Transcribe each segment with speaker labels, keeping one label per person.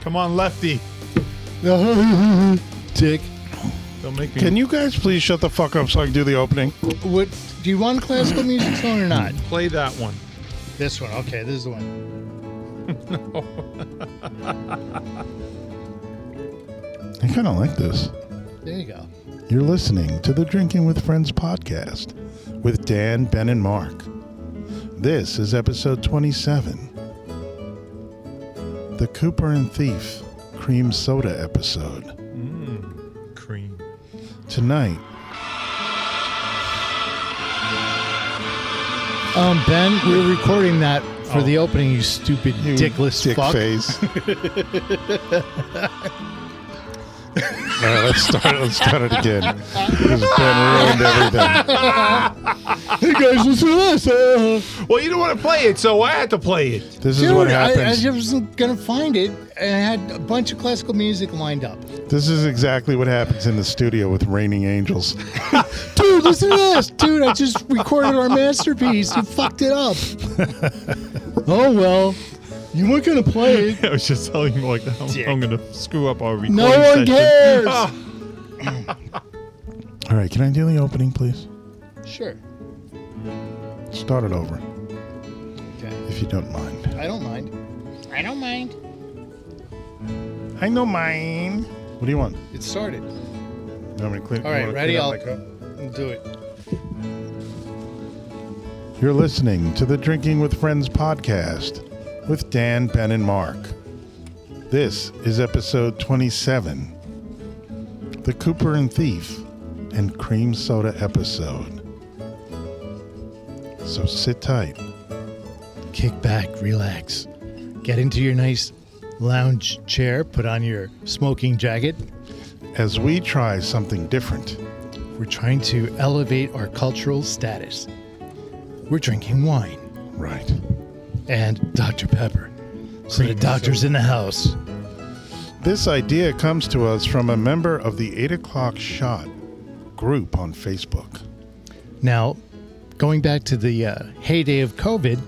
Speaker 1: Come on, Lefty.
Speaker 2: Dick.
Speaker 1: Don't make me.
Speaker 3: Can you guys please shut the fuck up so I can do the opening?
Speaker 2: What do you want a classical music song or not?
Speaker 1: play that one?
Speaker 2: This one. Okay, this is the one.
Speaker 3: I kind of like this.
Speaker 2: There you go.
Speaker 3: You're listening to the Drinking with Friends podcast with Dan, Ben, and Mark. This is episode 27 The Cooper and Thief Cream Soda episode.
Speaker 1: Cream.
Speaker 3: Tonight,
Speaker 2: Um, Ben, we're recording that for the opening, you stupid
Speaker 3: Oh. you
Speaker 2: dickless
Speaker 3: dick
Speaker 2: fuck.
Speaker 3: face. All right, let's start. Let's start it again. Because Ben ruined everything.
Speaker 2: Hey guys, listen to this. Uh,
Speaker 1: Well, you don't want to play it, so I had to play it.
Speaker 3: This is
Speaker 2: dude,
Speaker 3: what
Speaker 2: I, I
Speaker 3: happens.
Speaker 2: was gonna find it, and I had a bunch of classical music lined up.
Speaker 3: This is exactly what happens in the studio with Raining Angels.
Speaker 2: Dude, listen to this. Dude, I just recorded our masterpiece. You fucked it up. oh well, you weren't gonna play it.
Speaker 1: I was just telling you, like, I'm, I'm going to screw up our recording
Speaker 2: No
Speaker 1: session.
Speaker 2: one cares.
Speaker 3: Ah. All right, can I do the opening, please?
Speaker 2: Sure.
Speaker 3: Start it over,
Speaker 2: Okay.
Speaker 3: if you don't mind.
Speaker 2: I don't mind. I don't mind.
Speaker 3: I know mine. What do you want?
Speaker 2: It started.
Speaker 3: You want me to clean?
Speaker 2: All
Speaker 3: you
Speaker 2: right,
Speaker 3: wanna
Speaker 2: ready?
Speaker 3: clean up
Speaker 2: I'll
Speaker 3: my cup?
Speaker 2: do it.
Speaker 3: You're listening to the Drinking with Friends podcast with Dan, Ben, and Mark. This is episode 27 The Cooper and Thief and Cream Soda episode. So sit tight.
Speaker 2: Kick back, relax. Get into your nice lounge chair, put on your smoking jacket.
Speaker 3: as we try something different.
Speaker 2: We're trying to elevate our cultural status. We're drinking wine
Speaker 3: Right.
Speaker 2: and Dr. Pepper. So the doctor's in the house.
Speaker 3: This idea comes to us from a member of the 8 o'clock shot group on Facebook.
Speaker 2: Now, going back to the uh, heyday of COVID,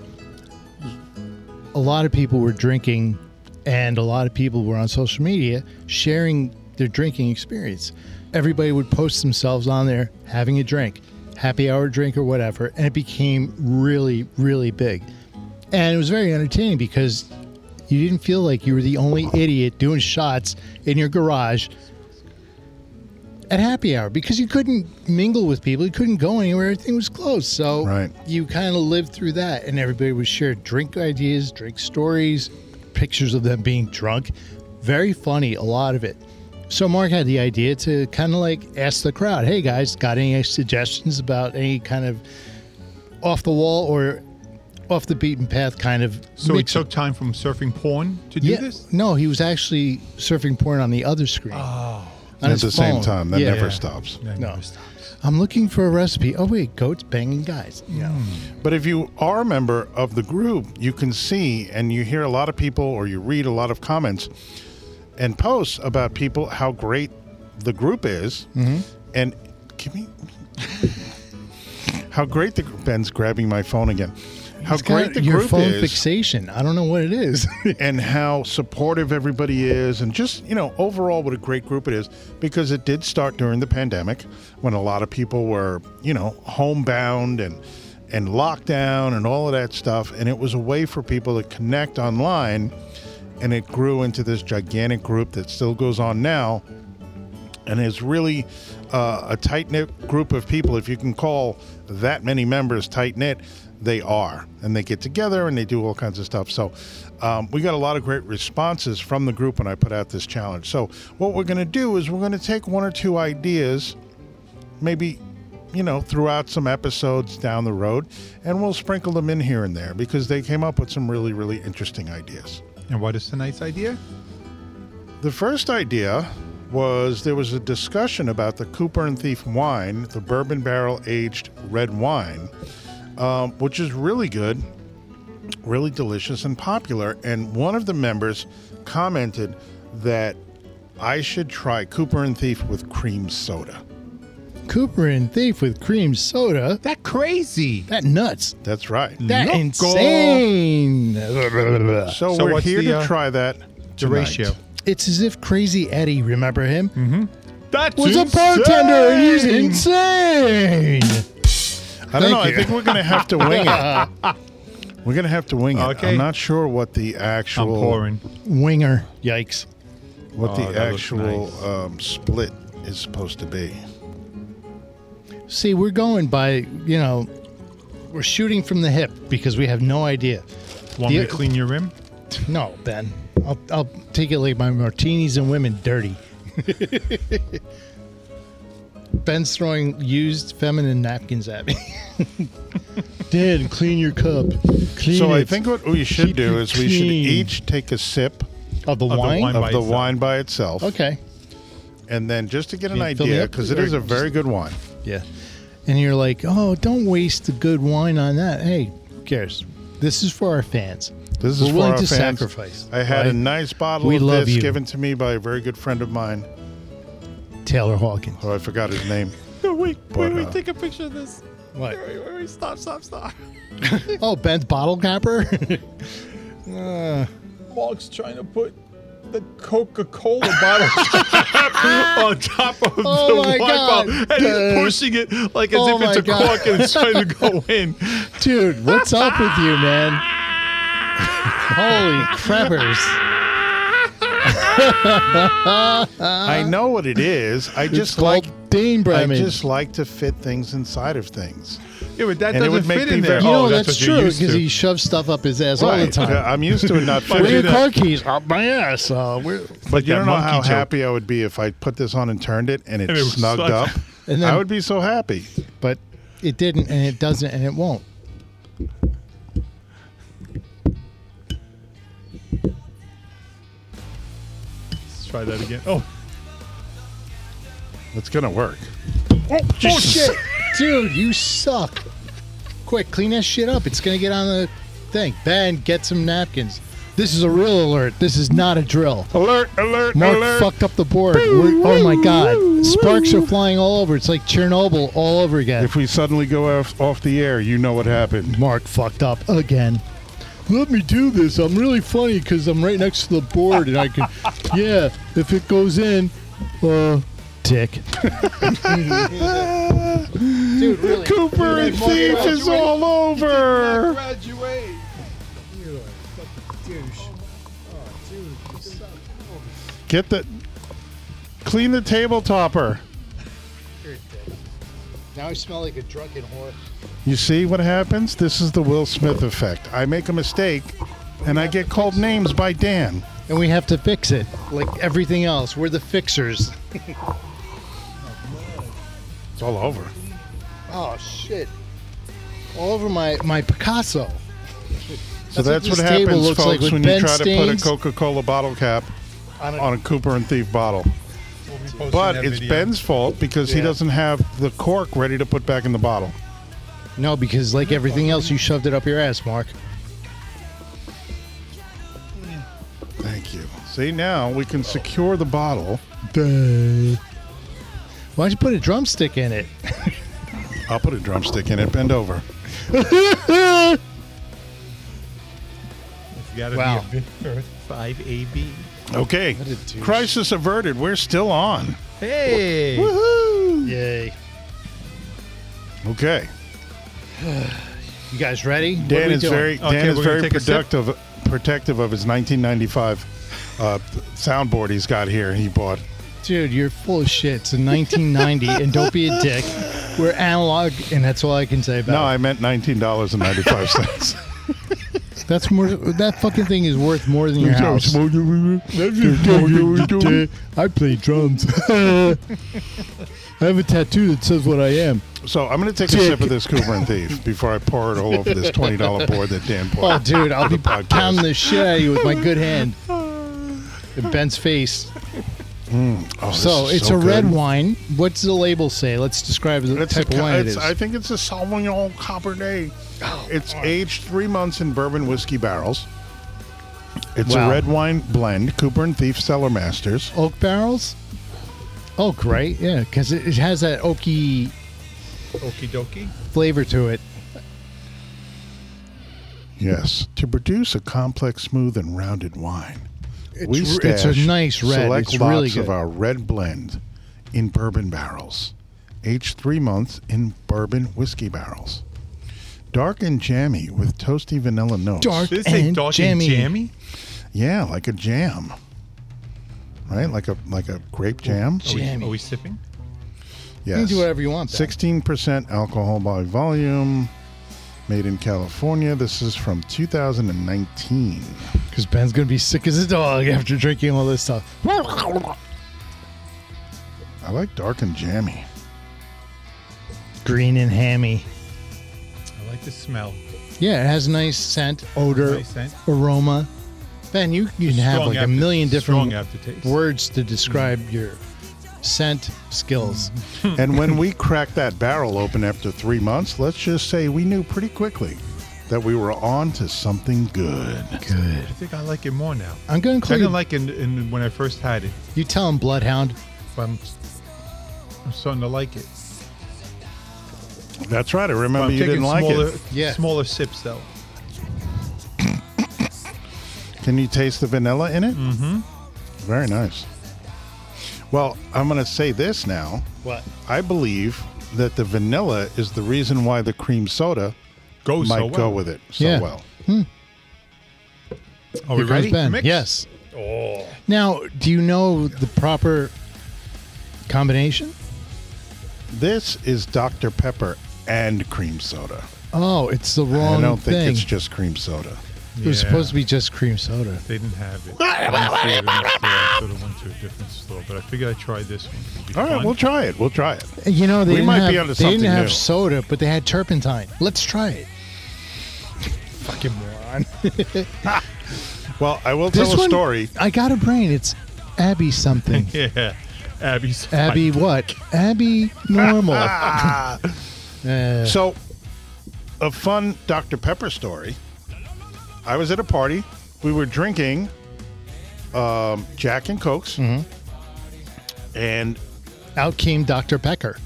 Speaker 2: a lot of people were drinking and a lot of people were on social media sharing their drinking experience. Everybody would post themselves on there having a drink, happy hour drink or whatever, and it became really, really big. And it was very entertaining because you didn't feel like you were the only idiot doing shots in your garage at happy hour because you couldn't mingle with people. You couldn't go anywhere. Everything was closed. So
Speaker 3: Right.
Speaker 2: you kind of lived through that. And everybody would share drink ideas, drink stories, pictures of them being drunk. Very funny, a lot of it. So Mark had the idea to kind of like ask the crowd, hey guys, got any suggestions about any kind of off the wall or off the beaten path kind of
Speaker 1: So he
Speaker 2: mix-
Speaker 1: took time from surfing porn to do
Speaker 2: yeah,
Speaker 1: this?
Speaker 2: No, he was actually surfing porn on the other screen. Oh.
Speaker 3: At the same time, that never
Speaker 1: Yeah.
Speaker 3: stops.
Speaker 1: That
Speaker 2: No.
Speaker 1: never stops.
Speaker 2: I'm looking for a recipe. Oh wait, goats banging guys. You know.
Speaker 3: But if you are a member of the group, you can see and you hear a lot of people or you read a lot of comments and posts about people how great the group is.
Speaker 1: Mm-hmm.
Speaker 3: And give me how great the Ben's grabbing my phone again. How
Speaker 2: It's kinda
Speaker 3: great the
Speaker 2: your
Speaker 3: group
Speaker 2: phone
Speaker 3: is.
Speaker 2: fixation. I don't know what it is.
Speaker 3: and how supportive everybody is and just you know overall what a great group it is because it did start during the pandemic when a lot of people were you know homebound and and lockdown and all of that stuff and it was a way for people to connect online and it grew into this gigantic group that still goes on now and is really uh, a tight knit group of people. If you can call that many members tight knit, they are, and they get together and they do all kinds of stuff. So um, we got a lot of great responses from the group when I put out this challenge. So what we're going to do is we're going to take one or two ideas, maybe you know, throughout some episodes down the road, and we'll sprinkle them in here and there because they came up with some really, really interesting ideas.
Speaker 1: And what is tonight's idea?
Speaker 3: The first idea was there was a discussion about the Cooper and Thief wine, the bourbon barrel aged red wine, um, which is really good, really delicious, and popular. And one of the members commented that I should try Cooper and Thief with cream soda.
Speaker 2: Cooper and Thief with cream soda.
Speaker 1: That crazy.
Speaker 2: That nuts.
Speaker 3: That's right.
Speaker 2: That
Speaker 1: Loco.
Speaker 2: insane.
Speaker 3: So,
Speaker 1: So
Speaker 3: we're
Speaker 1: what's
Speaker 3: here
Speaker 1: the,
Speaker 3: to
Speaker 1: uh,
Speaker 3: try that.
Speaker 1: The
Speaker 3: tonight.
Speaker 1: ratio.
Speaker 2: It's as if Crazy Eddie, remember him?
Speaker 1: That's
Speaker 2: Was a bartender. and He's insane.
Speaker 3: I don't
Speaker 2: Thank
Speaker 3: know. I
Speaker 2: you.
Speaker 3: think we're gonna have to wing it. We're gonna have to wing it.
Speaker 1: Okay.
Speaker 3: I'm not sure what the
Speaker 1: I'm
Speaker 3: actual
Speaker 1: pouring.
Speaker 2: Winger. Yikes.
Speaker 3: what
Speaker 1: Oh,
Speaker 3: the
Speaker 1: that looks
Speaker 3: actual
Speaker 1: nice.
Speaker 3: um, split is supposed to be.
Speaker 2: See, we're going by, you know, we're shooting from the hip because we have no idea.
Speaker 1: Want me
Speaker 2: Yeah.
Speaker 1: to clean your rim?
Speaker 2: No, Ben. I'll, I'll take it like my martinis and women dirty. Ben's throwing used feminine napkins at me. Dad, clean your cup. Clean
Speaker 3: So I
Speaker 2: it.
Speaker 3: think what we should
Speaker 2: Keep
Speaker 3: do
Speaker 2: it
Speaker 3: is we should
Speaker 2: clean.
Speaker 3: each take a sip
Speaker 2: of the
Speaker 1: the
Speaker 2: wine.
Speaker 1: wine.
Speaker 3: of
Speaker 1: by
Speaker 3: the
Speaker 1: itself.
Speaker 3: wine by itself,
Speaker 2: Okay.
Speaker 3: and then just to get an
Speaker 2: You fill me
Speaker 3: idea
Speaker 2: up?
Speaker 3: because it is a very good wine.
Speaker 2: Yeah. And you're like, oh, don't waste the good wine on that. Hey, who cares? This is for our fans.
Speaker 3: This is
Speaker 2: We're
Speaker 3: for
Speaker 2: willing
Speaker 3: our
Speaker 2: to
Speaker 3: fans.
Speaker 2: sacrifice.
Speaker 3: I had a
Speaker 2: right?
Speaker 3: nice bottle
Speaker 2: We
Speaker 3: of
Speaker 2: love
Speaker 3: this
Speaker 2: you.
Speaker 3: given to me by a very good friend of mine.
Speaker 2: Taylor Hawkins.
Speaker 3: Oh, I forgot his name.
Speaker 1: No, wait,
Speaker 3: But, uh,
Speaker 1: a picture of this.
Speaker 2: What?
Speaker 1: Wait, wait, wait, stop, stop, stop.
Speaker 2: Oh, Ben's bottle capper.
Speaker 1: Mark's trying to put the Coca-Cola bottle on top of
Speaker 2: Oh
Speaker 1: the
Speaker 2: my
Speaker 1: wine
Speaker 2: God,
Speaker 1: bottle, and
Speaker 2: dude.
Speaker 1: he's pushing it like as
Speaker 2: Oh
Speaker 1: if it's
Speaker 2: my
Speaker 1: a
Speaker 2: God.
Speaker 1: cork and it's trying to go in.
Speaker 2: Dude, what's up with you, man? Holy crappers. Uh-huh.
Speaker 3: I know what it is. I just like
Speaker 2: Dean
Speaker 3: I
Speaker 2: Bremen.
Speaker 3: just like to fit things inside of things.
Speaker 1: Yeah, but that
Speaker 3: And it
Speaker 1: doesn't
Speaker 3: would make
Speaker 1: fit
Speaker 3: me
Speaker 1: in there.
Speaker 3: very-
Speaker 2: you
Speaker 1: oh,
Speaker 2: know
Speaker 1: that's,
Speaker 2: that's,
Speaker 1: what
Speaker 2: true
Speaker 1: you're used
Speaker 2: because
Speaker 1: to.
Speaker 2: he shoves stuff up his ass all the
Speaker 3: Right.
Speaker 2: time.
Speaker 3: I'm used to it not
Speaker 1: Why
Speaker 2: Where
Speaker 1: do
Speaker 2: are
Speaker 3: fitting.
Speaker 2: your
Speaker 1: that?
Speaker 2: car keys? Up my ass. Uh, where-
Speaker 3: But you
Speaker 1: that
Speaker 3: don't know
Speaker 1: monkey
Speaker 3: how
Speaker 1: joke.
Speaker 3: happy I would be if I put this on and turned it and it,
Speaker 1: And it was
Speaker 3: snugged
Speaker 1: such-
Speaker 3: up.
Speaker 2: And then-
Speaker 3: I would be so happy.
Speaker 2: but it didn't, and it doesn't, and it won't.
Speaker 1: Let's try that again. Oh,
Speaker 3: It's gonna work.
Speaker 2: Oh shit, dude, you suck. Quick, clean that shit up. It's gonna get on the thing. Ben, get some napkins. This is a real alert. This is not a drill.
Speaker 3: Alert! Alert!
Speaker 2: Mark
Speaker 3: alert!
Speaker 2: fucked up the board. We're- oh my god, sparks are flying all over. It's like Chernobyl all over again.
Speaker 3: If we suddenly go off, off the air, you know what happened.
Speaker 2: Mark fucked up again. Let me do this. I'm really funny because I'm right next to the board and I can. yeah, if it goes in, uh, dick. Dude, really?
Speaker 3: Cooper and
Speaker 2: Mark,
Speaker 3: Thief
Speaker 2: Mark,
Speaker 3: is all over.
Speaker 1: graduate.
Speaker 3: Get the clean the table topper.
Speaker 2: Now I smell like a drunken whore.
Speaker 3: You see what happens? This is the Will Smith effect. I make a mistake, and I get called names by Dan.
Speaker 2: And we have to fix it. Like everything else, we're the fixers.
Speaker 3: It's all over.
Speaker 2: Oh, shit. All over my, my Picasso.
Speaker 3: So
Speaker 2: That's
Speaker 3: that's,
Speaker 2: what
Speaker 3: what,
Speaker 2: this table
Speaker 3: happens,
Speaker 2: looks like
Speaker 3: folks,
Speaker 2: with
Speaker 3: when
Speaker 2: Ben
Speaker 3: you try to put
Speaker 2: Staines.
Speaker 3: a Coca-Cola bottle cap
Speaker 2: On a-
Speaker 3: on a Cooper and Thief bottle. But it's Ben's fault because he
Speaker 2: Yeah.
Speaker 3: doesn't have the cork ready to put back in the bottle.
Speaker 2: No, because like everything else, you shoved it up your ass, Mark.
Speaker 3: Thank you. See, now we can secure the bottle
Speaker 2: Why'd you put a drumstick in it?
Speaker 3: I'll put a drumstick in it. Bend over.
Speaker 2: Wow.
Speaker 1: Five AB.
Speaker 3: Okay.
Speaker 2: What a douche.
Speaker 3: Crisis averted. We're still on.
Speaker 1: Hey.
Speaker 2: Yay.
Speaker 3: Okay.
Speaker 2: You guys ready? What are
Speaker 3: Dan
Speaker 2: we
Speaker 3: is
Speaker 2: doing?
Speaker 3: very
Speaker 1: Okay,
Speaker 3: Dan is
Speaker 1: we're gonna
Speaker 3: very
Speaker 1: take a sip.
Speaker 3: productive protective of his 1995 uh, soundboard he's got here. He bought.
Speaker 2: Dude, you're full of shit. It's in 1990, and don't be a dick. We're analog, and that's all I can say about
Speaker 3: No,
Speaker 2: it.
Speaker 3: I meant nineteen dollars and ninety five cents.
Speaker 2: That's more. That fucking thing is worth more than your house. I play drums. I have a tattoo that says what I am.
Speaker 3: So I'm going to take a sip of this Cooper and Thief before I pour it all over this twenty dollar board that Dan poured.
Speaker 2: Oh, dude, I'll be
Speaker 3: podcast.
Speaker 2: pounding the shit out of you with my good hand. In Ben's face.
Speaker 3: Oh, this
Speaker 2: So
Speaker 3: is
Speaker 2: it's
Speaker 3: so
Speaker 2: a red
Speaker 3: good.
Speaker 2: wine. What's the label say? Let's describe the
Speaker 3: It's a,
Speaker 2: type of wine it
Speaker 3: it's,
Speaker 2: is.
Speaker 3: I think it's a Sauvignon Cabernet. it's aged three months in bourbon whiskey barrels. It's
Speaker 2: Wow.
Speaker 3: a red wine blend. Cooper and Thief Cellar Masters.
Speaker 2: Oak barrels. Oak, right? Yeah, because it, it has that oaky
Speaker 1: Okie dokie.
Speaker 2: flavor to it.
Speaker 3: Yes, to produce a complex, smooth, and rounded wine, we
Speaker 2: r- it's a
Speaker 3: stash
Speaker 2: nice red.
Speaker 3: Select
Speaker 2: It's
Speaker 3: lots
Speaker 2: really good.
Speaker 3: of our red blend in bourbon barrels, aged three months in bourbon whiskey barrels. Dark and jammy with toasty vanilla notes.
Speaker 2: Dark
Speaker 1: Did it say
Speaker 2: and
Speaker 1: dog
Speaker 2: jammy.
Speaker 1: and jammy?
Speaker 3: Yeah, like a jam. Right? Like a like a grape
Speaker 1: Are
Speaker 3: jam.
Speaker 1: we-
Speaker 2: Jammy.
Speaker 1: Are we sipping?
Speaker 3: Yes.
Speaker 2: You can do whatever you want. Ben.
Speaker 3: Sixteen percent alcohol by volume. Made in California. This is from 2019.
Speaker 2: Because Ben's going to be sick as a dog after drinking all this stuff.
Speaker 3: I like dark and jammy.
Speaker 2: Green and hammy.
Speaker 1: I like the smell.
Speaker 2: Yeah, it has a nice scent, odor,
Speaker 1: Nice scent.
Speaker 2: aroma. Ben, you, you can have
Speaker 1: Strong
Speaker 2: like a
Speaker 1: after-
Speaker 2: million different
Speaker 1: strong aftertaste.
Speaker 2: words to describe your scent skills.
Speaker 3: and when we cracked that barrel open after three months, let's just say we knew pretty quickly that we were on to something good.
Speaker 2: Good.
Speaker 1: I think I like it more now.
Speaker 2: I'm going to
Speaker 1: I
Speaker 2: include.
Speaker 1: didn't like it in, in, when I first had it,
Speaker 2: you tell him Bloodhound.
Speaker 1: but I'm, I'm starting to like it.
Speaker 3: That's right. I
Speaker 1: But
Speaker 2: Oh,
Speaker 3: remember
Speaker 1: I'm
Speaker 3: you
Speaker 1: taking
Speaker 3: didn't like
Speaker 1: smaller,
Speaker 3: it.
Speaker 2: Yeah.
Speaker 1: smaller sips though.
Speaker 3: Can you taste the vanilla in it? Mm-hmm. Very nice. Well, I'm going to say this now.
Speaker 2: What?
Speaker 3: I believe that the vanilla is the reason why the cream soda
Speaker 1: Goes
Speaker 3: might
Speaker 1: so well.
Speaker 3: go with it so
Speaker 2: Yeah.
Speaker 3: well.
Speaker 1: Are we
Speaker 2: Here comes
Speaker 1: ready?
Speaker 2: Ben.
Speaker 1: Mix?
Speaker 2: Yes.
Speaker 1: Oh,
Speaker 2: Now, do you know the proper combination?
Speaker 3: This is Dr. Pepper and cream soda.
Speaker 2: Oh, it's the
Speaker 3: I
Speaker 2: wrong
Speaker 3: don't think
Speaker 2: thing.
Speaker 3: it's just cream soda.
Speaker 2: it was
Speaker 1: Yeah.
Speaker 2: supposed to be just cream soda.
Speaker 1: they didn't have it. I didn't see it in the store. I should have went to a different store, but I figured I'd try this one. It'd be
Speaker 3: All right,
Speaker 1: fun.
Speaker 3: we'll try it. We'll try it.
Speaker 2: You know, they
Speaker 3: We
Speaker 2: didn't
Speaker 3: might
Speaker 2: have,
Speaker 3: be onto
Speaker 2: they didn't
Speaker 3: something
Speaker 2: have
Speaker 3: new.
Speaker 2: soda, but they had turpentine. Let's try it. Fucking moron.
Speaker 3: Well, I will
Speaker 2: This
Speaker 3: tell a
Speaker 2: one-
Speaker 3: story.
Speaker 2: I got a brain. It's Abby something.
Speaker 1: Yeah, Abby's.
Speaker 2: Abby what? Abby normal. Uh,
Speaker 3: Ah. So, a fun Dr. Pepper story. I was at a party. We were drinking um, Jack and Cokes.
Speaker 2: Mm-hmm.
Speaker 3: And
Speaker 2: out came Dr. Pecker.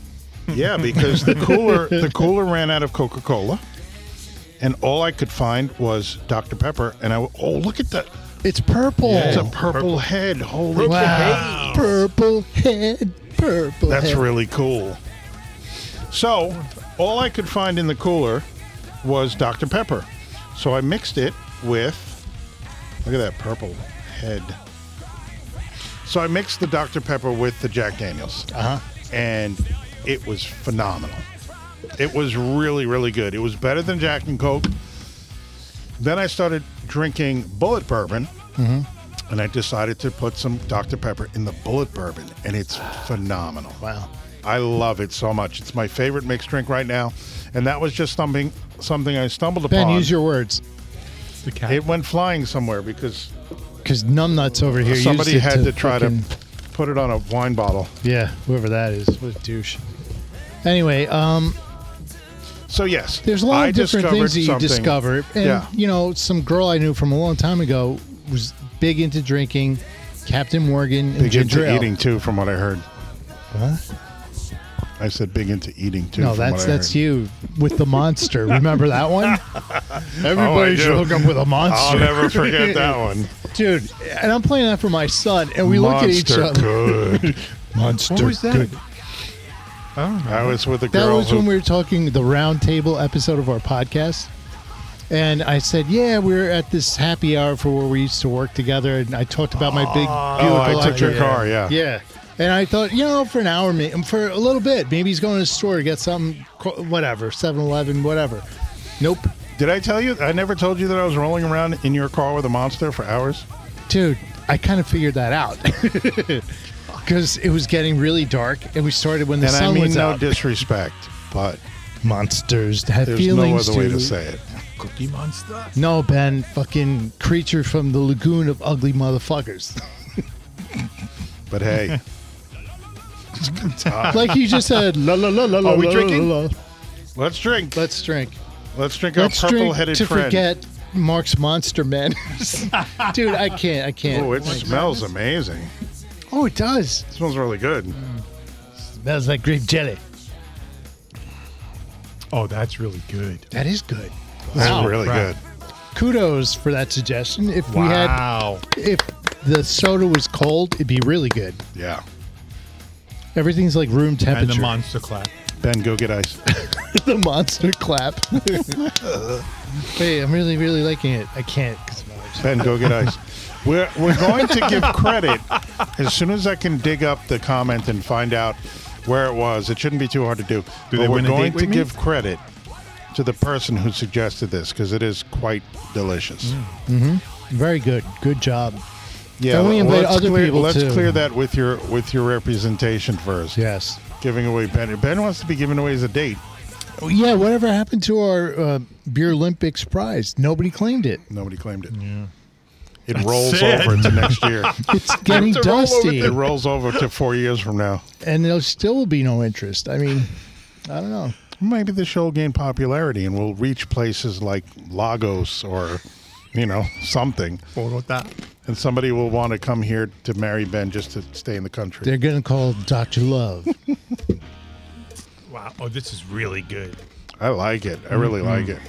Speaker 3: yeah, because the cooler the cooler ran out of Coca Cola, and all I could find was Dr Pepper. And I w- oh look at that!
Speaker 2: It's purple.
Speaker 3: It's a purple, head. Holy
Speaker 2: wow. Purple head. Purple
Speaker 3: That's
Speaker 2: head.
Speaker 3: really cool. So, all I could find in the cooler was Dr. Pepper. So I mixed it with. Look at that purple head. So I mixed the Dr. Pepper with the Jack Daniels.
Speaker 2: Uh-huh.
Speaker 3: And it was phenomenal. It was really, really good. It was better than Jack and Coke. Then I started drinking bullet bourbon.
Speaker 2: Mm-hmm.
Speaker 3: And I decided to put some Dr. Pepper in the bullet bourbon. And it's phenomenal.
Speaker 2: Wow.
Speaker 3: I love it so much. It's my favorite mixed drink right now, and that was just something something I stumbled
Speaker 2: Ben,
Speaker 3: upon.
Speaker 2: use your words.
Speaker 1: the cat.
Speaker 3: it went flying somewhere because
Speaker 2: Because numbnuts over here. used
Speaker 3: somebody
Speaker 2: it
Speaker 3: had to, try
Speaker 2: fucking-
Speaker 3: to put it on a wine bottle.
Speaker 2: Yeah, whoever that is. What a douche. Anyway, um,
Speaker 3: So yes,
Speaker 2: There's a lot
Speaker 3: I
Speaker 2: of different
Speaker 3: discovered
Speaker 2: things that you
Speaker 3: something.
Speaker 2: discover. And,
Speaker 3: Yeah.
Speaker 2: you know, some girl I knew from a long time ago was big into drinking Captain Morgan and
Speaker 3: Big
Speaker 2: ginger
Speaker 3: into
Speaker 2: ale.
Speaker 3: eating too, from what I heard.
Speaker 2: Huh?
Speaker 3: I said big into eating too.
Speaker 2: No,
Speaker 3: from
Speaker 2: that's
Speaker 3: what I
Speaker 2: that's
Speaker 3: heard. Oh,
Speaker 2: you with the monster. Remember that one? Everybody
Speaker 3: do. Oh,
Speaker 2: should hook up with a
Speaker 3: I'll
Speaker 2: monster.
Speaker 3: never forget that one.
Speaker 2: Dude, and I'm playing that for my son, and we look at each
Speaker 3: Monster
Speaker 2: other.
Speaker 3: good.
Speaker 2: Monster.
Speaker 1: what was that?
Speaker 2: good.
Speaker 1: I don't know.
Speaker 3: I was with a
Speaker 2: That
Speaker 3: girl
Speaker 2: was
Speaker 3: who
Speaker 2: when we were talking the round table episode of our podcast. And I said, Yeah, we were at this happy hour for where we used to work together. And I talked about my big, beautiful
Speaker 3: Oh, I took your
Speaker 2: idea.
Speaker 3: car. Yeah.
Speaker 2: Yeah. And I thought, you know, for an hour, may- for a little bit, maybe he's going to the store to get something, qu- whatever, 7 Eleven, whatever. Nope.
Speaker 3: Did I tell you? I never told you that I was rolling around in your car with a monster for hours.
Speaker 2: Dude, I kind of figured that out. because it was getting really dark, and we started when the
Speaker 3: And
Speaker 2: sun
Speaker 3: I mean
Speaker 2: was
Speaker 3: no
Speaker 2: out.
Speaker 3: disrespect, but
Speaker 2: Monsters have
Speaker 3: there's
Speaker 2: feelings.
Speaker 3: no other way to
Speaker 2: dude.
Speaker 3: say it.
Speaker 1: Cookie Monster.
Speaker 2: No, Ben, fucking creature from the lagoon of ugly motherfuckers.
Speaker 3: But hey,
Speaker 2: like you just said, la la la la la.
Speaker 3: Are we
Speaker 2: la,
Speaker 3: drinking?
Speaker 2: la, la.
Speaker 3: let's drink.
Speaker 2: Let's drink.
Speaker 3: Let's drink
Speaker 2: Let's
Speaker 3: our
Speaker 2: drink
Speaker 3: purple-headed
Speaker 2: to
Speaker 3: friend.
Speaker 2: forget Mark's monster manners. Dude, I can't. I can't.
Speaker 3: Oh, it smells amazing.
Speaker 2: oh, it does.
Speaker 3: It smells really good.
Speaker 2: Smells like grape jelly.
Speaker 1: Oh, that's really good.
Speaker 2: That is good.
Speaker 3: That's
Speaker 2: Wow.
Speaker 3: really
Speaker 1: Right.
Speaker 3: good.
Speaker 2: Kudos for that suggestion. If we had,
Speaker 1: Wow.
Speaker 2: if the soda was cold, it'd be really good.
Speaker 3: Yeah.
Speaker 2: Everything's like room
Speaker 1: And
Speaker 2: temperature.
Speaker 1: the monster clap.
Speaker 3: Ben, go get ice.
Speaker 2: the monster clap. hey, I'm really, really liking it. I can't. 'cause my wife's-
Speaker 3: Ben, go get ice. We're, we're going to give credit as soon as I can dig up the comment and find out where it was. It shouldn't be too hard to do.
Speaker 1: Do
Speaker 3: but
Speaker 1: they
Speaker 3: we're
Speaker 1: win a date
Speaker 3: going
Speaker 1: with
Speaker 3: to
Speaker 1: me?
Speaker 3: give credit to the person who suggested this because it is quite delicious.
Speaker 1: Mm.
Speaker 2: Very good. Good job.
Speaker 3: Yeah,
Speaker 2: Then we invite
Speaker 3: let's
Speaker 2: other
Speaker 3: clear,
Speaker 2: people,
Speaker 3: Let's
Speaker 2: too.
Speaker 3: clear that with your with your representation first.
Speaker 2: Yes.
Speaker 3: Giving away Ben. Ben wants to be giving away as a date.
Speaker 2: Oh, yeah. Whatever happened to our uh, Beer Olympics prize? Nobody claimed it.
Speaker 3: Nobody claimed it. Yeah. It rolls
Speaker 1: sad.
Speaker 3: over to next year.
Speaker 2: It's getting
Speaker 1: to roll over
Speaker 2: dusty,
Speaker 3: it rolls over to four years from now.
Speaker 2: and there'll still be no interest. I mean, I don't know.
Speaker 3: Maybe the show will gain popularity and we'll reach places like Lagos or, you know, something.
Speaker 1: Bogota.
Speaker 3: And somebody will want to come here to marry Ben just to stay in the country.
Speaker 2: They're gonna call Doctor Love.
Speaker 1: Wow. Oh, this is really good.
Speaker 3: I like it. I really
Speaker 2: Mm-hmm.
Speaker 3: like it.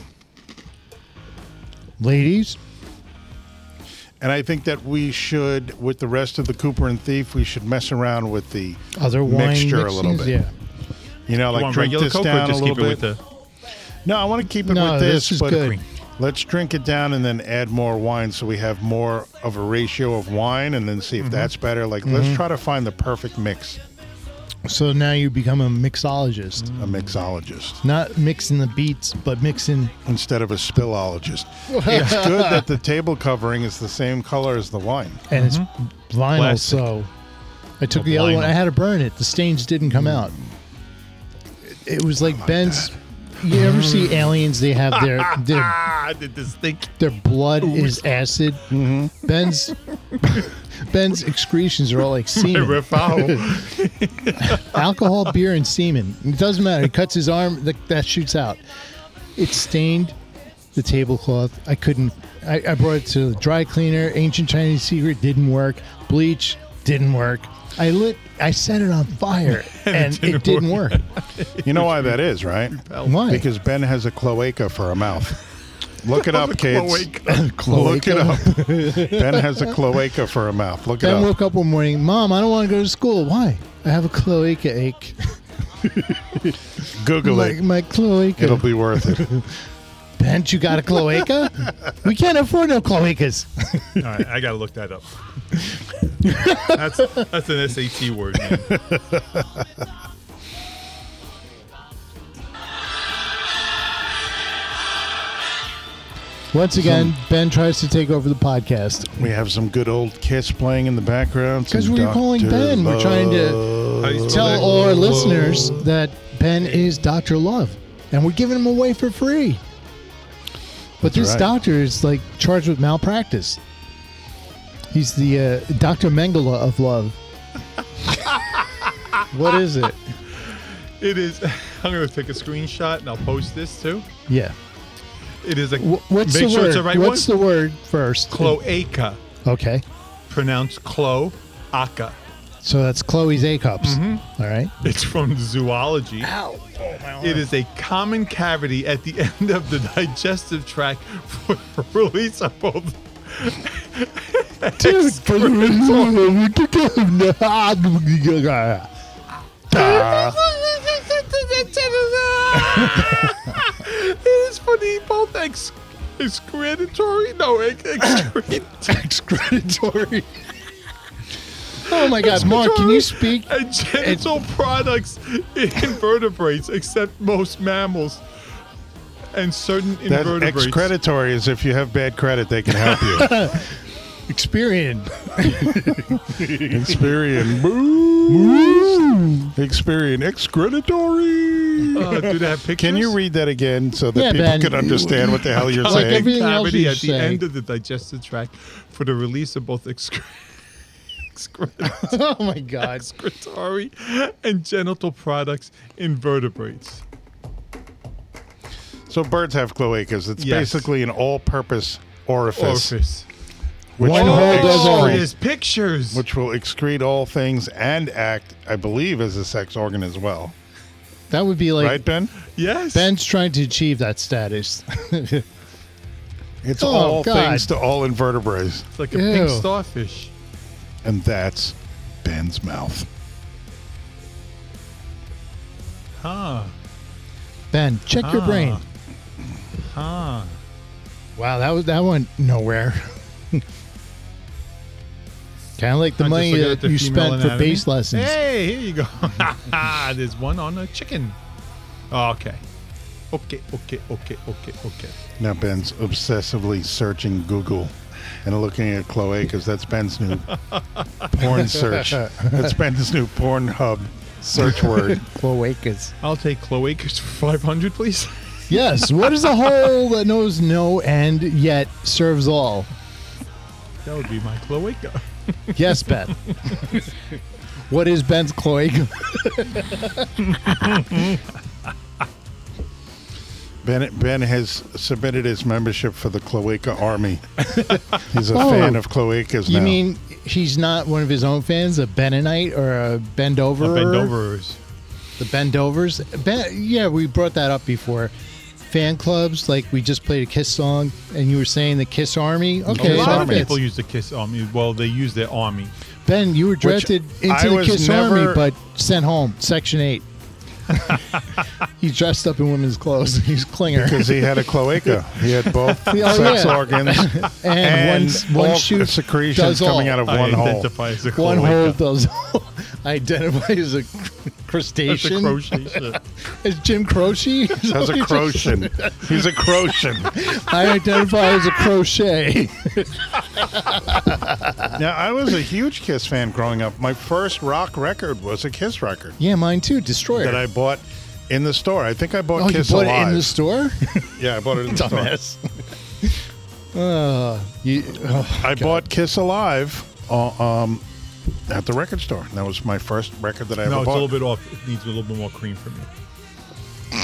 Speaker 2: Ladies,
Speaker 3: And I think that we should, with the rest of the Cooper and Thief, we should mess around with the
Speaker 2: other wine
Speaker 3: mixture a little
Speaker 2: mixings?
Speaker 3: bit.
Speaker 2: Yeah.
Speaker 3: You know, like
Speaker 1: Want
Speaker 3: drink
Speaker 1: regular
Speaker 3: this
Speaker 1: Coke or
Speaker 3: down
Speaker 1: just
Speaker 3: a little
Speaker 1: keep it
Speaker 3: bit.
Speaker 1: with the-
Speaker 3: No, I want to keep it
Speaker 2: No,
Speaker 3: with
Speaker 2: this
Speaker 3: this,
Speaker 2: is
Speaker 3: but
Speaker 2: good.
Speaker 3: let's drink it down and then add more wine so we have more of a ratio of wine and then
Speaker 2: Mm-hmm.
Speaker 3: see if that's better. Like, let's try to find the perfect mix,
Speaker 2: So now you become a mixologist,
Speaker 3: a mixologist
Speaker 2: not mixing the beats, but mixing.
Speaker 3: instead of a spillologist. it's good that the table covering is the same color as the wine.
Speaker 2: and it's vinyl.
Speaker 1: Mm-hmm. Plastic.
Speaker 2: So I took
Speaker 1: Oh,
Speaker 2: the other one.
Speaker 1: vinyl. Mm.
Speaker 2: I had to burn it. The stains didn't come out. It was like Ben's. You
Speaker 1: Mm.
Speaker 2: ever see aliens? They have their their
Speaker 1: Ah, the distinct.
Speaker 2: their blood is acid.
Speaker 1: Mm-hmm.
Speaker 2: Ben's Ben's excretions are all like semen, alcohol, beer, and semen. It doesn't matter. He cuts his arm. That, that shoots out. It stained the tablecloth. I couldn't. I, I brought it to the dry cleaner. Ancient Chinese secret didn't work. Bleach didn't work. I lit. I set it on fire, and it didn't work.
Speaker 3: You know why that is, right?
Speaker 2: Why?
Speaker 3: Because Ben has a cloaca for a mouth. Look it up, kids. Look it
Speaker 2: Cloaca.
Speaker 3: up. ben has a cloaca for a mouth. Look it
Speaker 2: Ben
Speaker 3: up.
Speaker 2: woke up one morning. Mom, I don't want to go to school. Why? I have a cloaca ache.
Speaker 3: Google
Speaker 2: My,
Speaker 3: it.
Speaker 2: my cloaca.
Speaker 3: It'll be worth it.
Speaker 2: ben, you got a cloaca? we can't afford no cloacas.
Speaker 1: All right, I gotta look that up. that's that's an SAT word. Man.
Speaker 2: Once again, Ben tries to take over the podcast.
Speaker 3: We have some good old Kiss playing in the background.
Speaker 2: 'Cause
Speaker 3: some
Speaker 2: we're calling
Speaker 3: Dr.
Speaker 2: Ben. We're trying to
Speaker 3: Love.
Speaker 1: How do you
Speaker 2: tell
Speaker 1: spell
Speaker 2: all our
Speaker 1: that?
Speaker 2: listeners that Ben is Dr. Love, and we're giving him away for free. But
Speaker 3: That's
Speaker 2: this
Speaker 3: right.
Speaker 2: doctor is like charged with malpractice. He's the uh, Dr. Mengele of love. what is it?
Speaker 1: It is. I'm gonna take a screenshot and I'll post this too.
Speaker 2: Yeah.
Speaker 1: It is a.
Speaker 2: Wh- what's
Speaker 1: make
Speaker 2: the
Speaker 1: sure
Speaker 2: word?
Speaker 1: it's the right
Speaker 2: what's
Speaker 1: one.
Speaker 2: the word first?
Speaker 1: cloaca,
Speaker 2: Okay.
Speaker 1: pronounced clo, aca.
Speaker 2: So that's Chloe's A cups.
Speaker 1: Mm-hmm.
Speaker 2: All right.
Speaker 1: It's from zoology.
Speaker 2: Ow.
Speaker 3: Oh,
Speaker 1: It is a common cavity at the end of the digestive tract for release of both.
Speaker 2: Dude, for the reason why we took him to-
Speaker 1: it is for the both ex- excretory, no, ex- excretory
Speaker 2: excretory. oh my God, Mark, can you speak?
Speaker 1: and genital products in vertebrates, except most mammals and certain
Speaker 3: That
Speaker 1: invertebrates.
Speaker 3: excreditory is if you have bad credit, they can help you.
Speaker 2: Experian.
Speaker 3: Experian. Boo! Experian. Excretatory.
Speaker 1: Oh, do they have pictures?
Speaker 3: Can you read that again so that
Speaker 2: Uh, Yeah,
Speaker 3: people
Speaker 2: Ben.
Speaker 3: can understand what the hell you're
Speaker 2: Like
Speaker 3: saying?
Speaker 2: every- Everything else
Speaker 1: Cavity
Speaker 2: you
Speaker 1: at the
Speaker 2: say.
Speaker 1: end of the digestive tract for the release of both excre- excre-
Speaker 2: oh my God.
Speaker 1: excretory and genital products in vertebrates.
Speaker 3: so birds have cloacas. It's
Speaker 1: Yes.
Speaker 3: basically an all-purpose orifice,
Speaker 1: Orifice.
Speaker 3: Which,
Speaker 2: One
Speaker 3: will
Speaker 2: hole does all.
Speaker 1: Oh,
Speaker 3: excrete,
Speaker 1: there's pictures.
Speaker 3: which will excrete all things and act, I believe, as a sex organ as well.
Speaker 2: That would be like
Speaker 3: right, Ben?
Speaker 1: yes.
Speaker 2: Ben's trying to achieve that status.
Speaker 3: It's
Speaker 2: Oh,
Speaker 3: all
Speaker 2: God.
Speaker 3: things to all invertebrates.
Speaker 1: It's like a pink
Speaker 2: Ew.
Speaker 1: starfish.
Speaker 3: And that's Ben's mouth.
Speaker 1: Huh.
Speaker 2: ben, check your brain.
Speaker 1: Ah. Huh.
Speaker 2: Wow, that was that went nowhere. kind of like the
Speaker 1: I'm just
Speaker 2: money
Speaker 1: looking at
Speaker 2: that
Speaker 1: the
Speaker 2: you
Speaker 1: female
Speaker 2: spent for
Speaker 1: anatomy.
Speaker 2: bass lessons.
Speaker 1: Hey, here you go. There's one on a chicken. Oh, Okay. Okay, okay, okay, okay, okay.
Speaker 3: Now Ben's obsessively searching Google and looking at cloacas. That's Ben's new porn search. That's Ben's new porn hub search word.
Speaker 2: Cloacas.
Speaker 1: I'll take cloacas for 500, please.
Speaker 2: Yes. What is a hole that knows no end yet serves all?
Speaker 1: That would be my cloaca.
Speaker 2: Yes, Ben. what is Ben's cloaca?
Speaker 3: Ben Ben has submitted his membership for the Cloaca Army. He's a
Speaker 2: Oh.
Speaker 3: fan of cloacas
Speaker 2: You
Speaker 3: now.
Speaker 2: mean he's not one of his own fans, a Benonite or a Bendover?
Speaker 1: Bendovers.
Speaker 2: The Bendovers. Ben, yeah, we brought that up before. Fan clubs, like we just played a Kiss song, and you were saying the Kiss Army. Okay,
Speaker 1: a
Speaker 3: Kiss
Speaker 1: lot
Speaker 2: that
Speaker 1: of
Speaker 3: Army.
Speaker 2: fits.
Speaker 1: people use the Kiss Army. Well, they use their army.
Speaker 2: Ben, you were drafted into
Speaker 3: I
Speaker 2: the
Speaker 3: was
Speaker 2: Kiss Army,
Speaker 3: never-
Speaker 2: but sent home, Section 8. he dressed up in women's clothes. He's clinger.
Speaker 3: because he had a cloaca. He had both
Speaker 2: Yeah, oh,
Speaker 3: sex
Speaker 2: yeah.
Speaker 3: organs
Speaker 2: And,
Speaker 3: and
Speaker 2: one, one
Speaker 3: all
Speaker 2: shoot
Speaker 3: secretions
Speaker 2: does all.
Speaker 3: coming out of one
Speaker 1: I
Speaker 3: hole.
Speaker 1: identify as a
Speaker 2: One
Speaker 1: cloaca.
Speaker 2: hole does all. Identify as a
Speaker 1: That's a
Speaker 2: crustacean.
Speaker 1: crochet.
Speaker 2: as Jim Croce.
Speaker 3: That's a crotian. He's a crotian.
Speaker 1: Oh.
Speaker 2: I identify as a crochet.
Speaker 3: Now, I was a huge Kiss fan growing up. My first rock record was a Kiss record
Speaker 2: yeah, mine too. Destroyer.
Speaker 3: that I bought in the store. I think I bought
Speaker 2: oh,
Speaker 3: Kiss
Speaker 2: you bought
Speaker 3: Alive.
Speaker 2: it in the store?
Speaker 3: yeah, I bought it in the store.
Speaker 2: uh, you, oh,
Speaker 3: I bought Kiss Alive uh, um, at the record store. That was my first record that I
Speaker 1: No,
Speaker 3: ever
Speaker 1: it's a
Speaker 3: bought.
Speaker 1: little bit off. It needs a little bit more cream for me.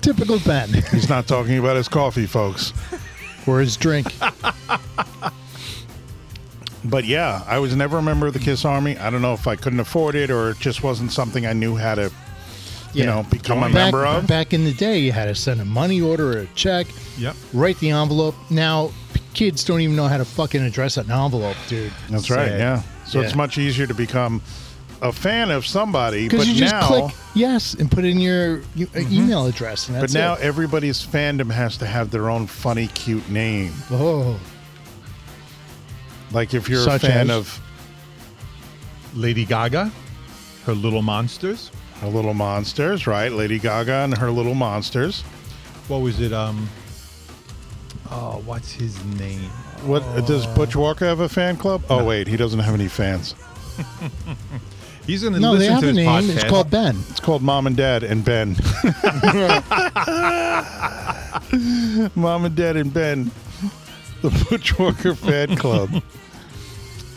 Speaker 2: typical Ben.
Speaker 3: He's not talking about his coffee, folks.
Speaker 2: or his drink.
Speaker 3: But yeah, I was never a member of the Kiss Army. I don't know if I couldn't afford it or it just wasn't something I knew how to, you
Speaker 2: Yeah.
Speaker 3: know, become a
Speaker 2: back,
Speaker 3: member of.
Speaker 2: Back in the day, you had to send a money order or a check,
Speaker 1: Yep.
Speaker 2: write the envelope. Now, p- kids don't even know how to fucking address an envelope, dude.
Speaker 3: That's right.
Speaker 1: Sad.
Speaker 3: Yeah. So it's
Speaker 2: Yeah.
Speaker 3: much easier to become a fan of somebody, but
Speaker 2: Because you just
Speaker 3: now, Mm-hmm.
Speaker 2: click yes and put in your you, uh, email address, and
Speaker 3: but
Speaker 2: that's
Speaker 3: now
Speaker 2: it.
Speaker 3: everybody's fandom has to have their own funny, cute name.
Speaker 2: Oh,
Speaker 3: Like if you're
Speaker 2: Such
Speaker 3: a fan
Speaker 2: as?
Speaker 3: of
Speaker 1: Lady Gaga, her little monsters.
Speaker 3: Her Little Monsters, right? Lady Gaga and Her Little Monsters.
Speaker 1: What was it? Um. Oh, what's his name?
Speaker 3: What does Butch Walker have a fan club? Oh wait, he doesn't have any fans.
Speaker 1: He's gonna
Speaker 2: no, they
Speaker 1: listen
Speaker 2: have
Speaker 1: to
Speaker 2: a
Speaker 1: this
Speaker 2: name.
Speaker 1: podcast.
Speaker 2: It's called Ben.
Speaker 3: It's called Mom and Dad and Ben. Mom and Dad and Ben, the Butch Walker fan club.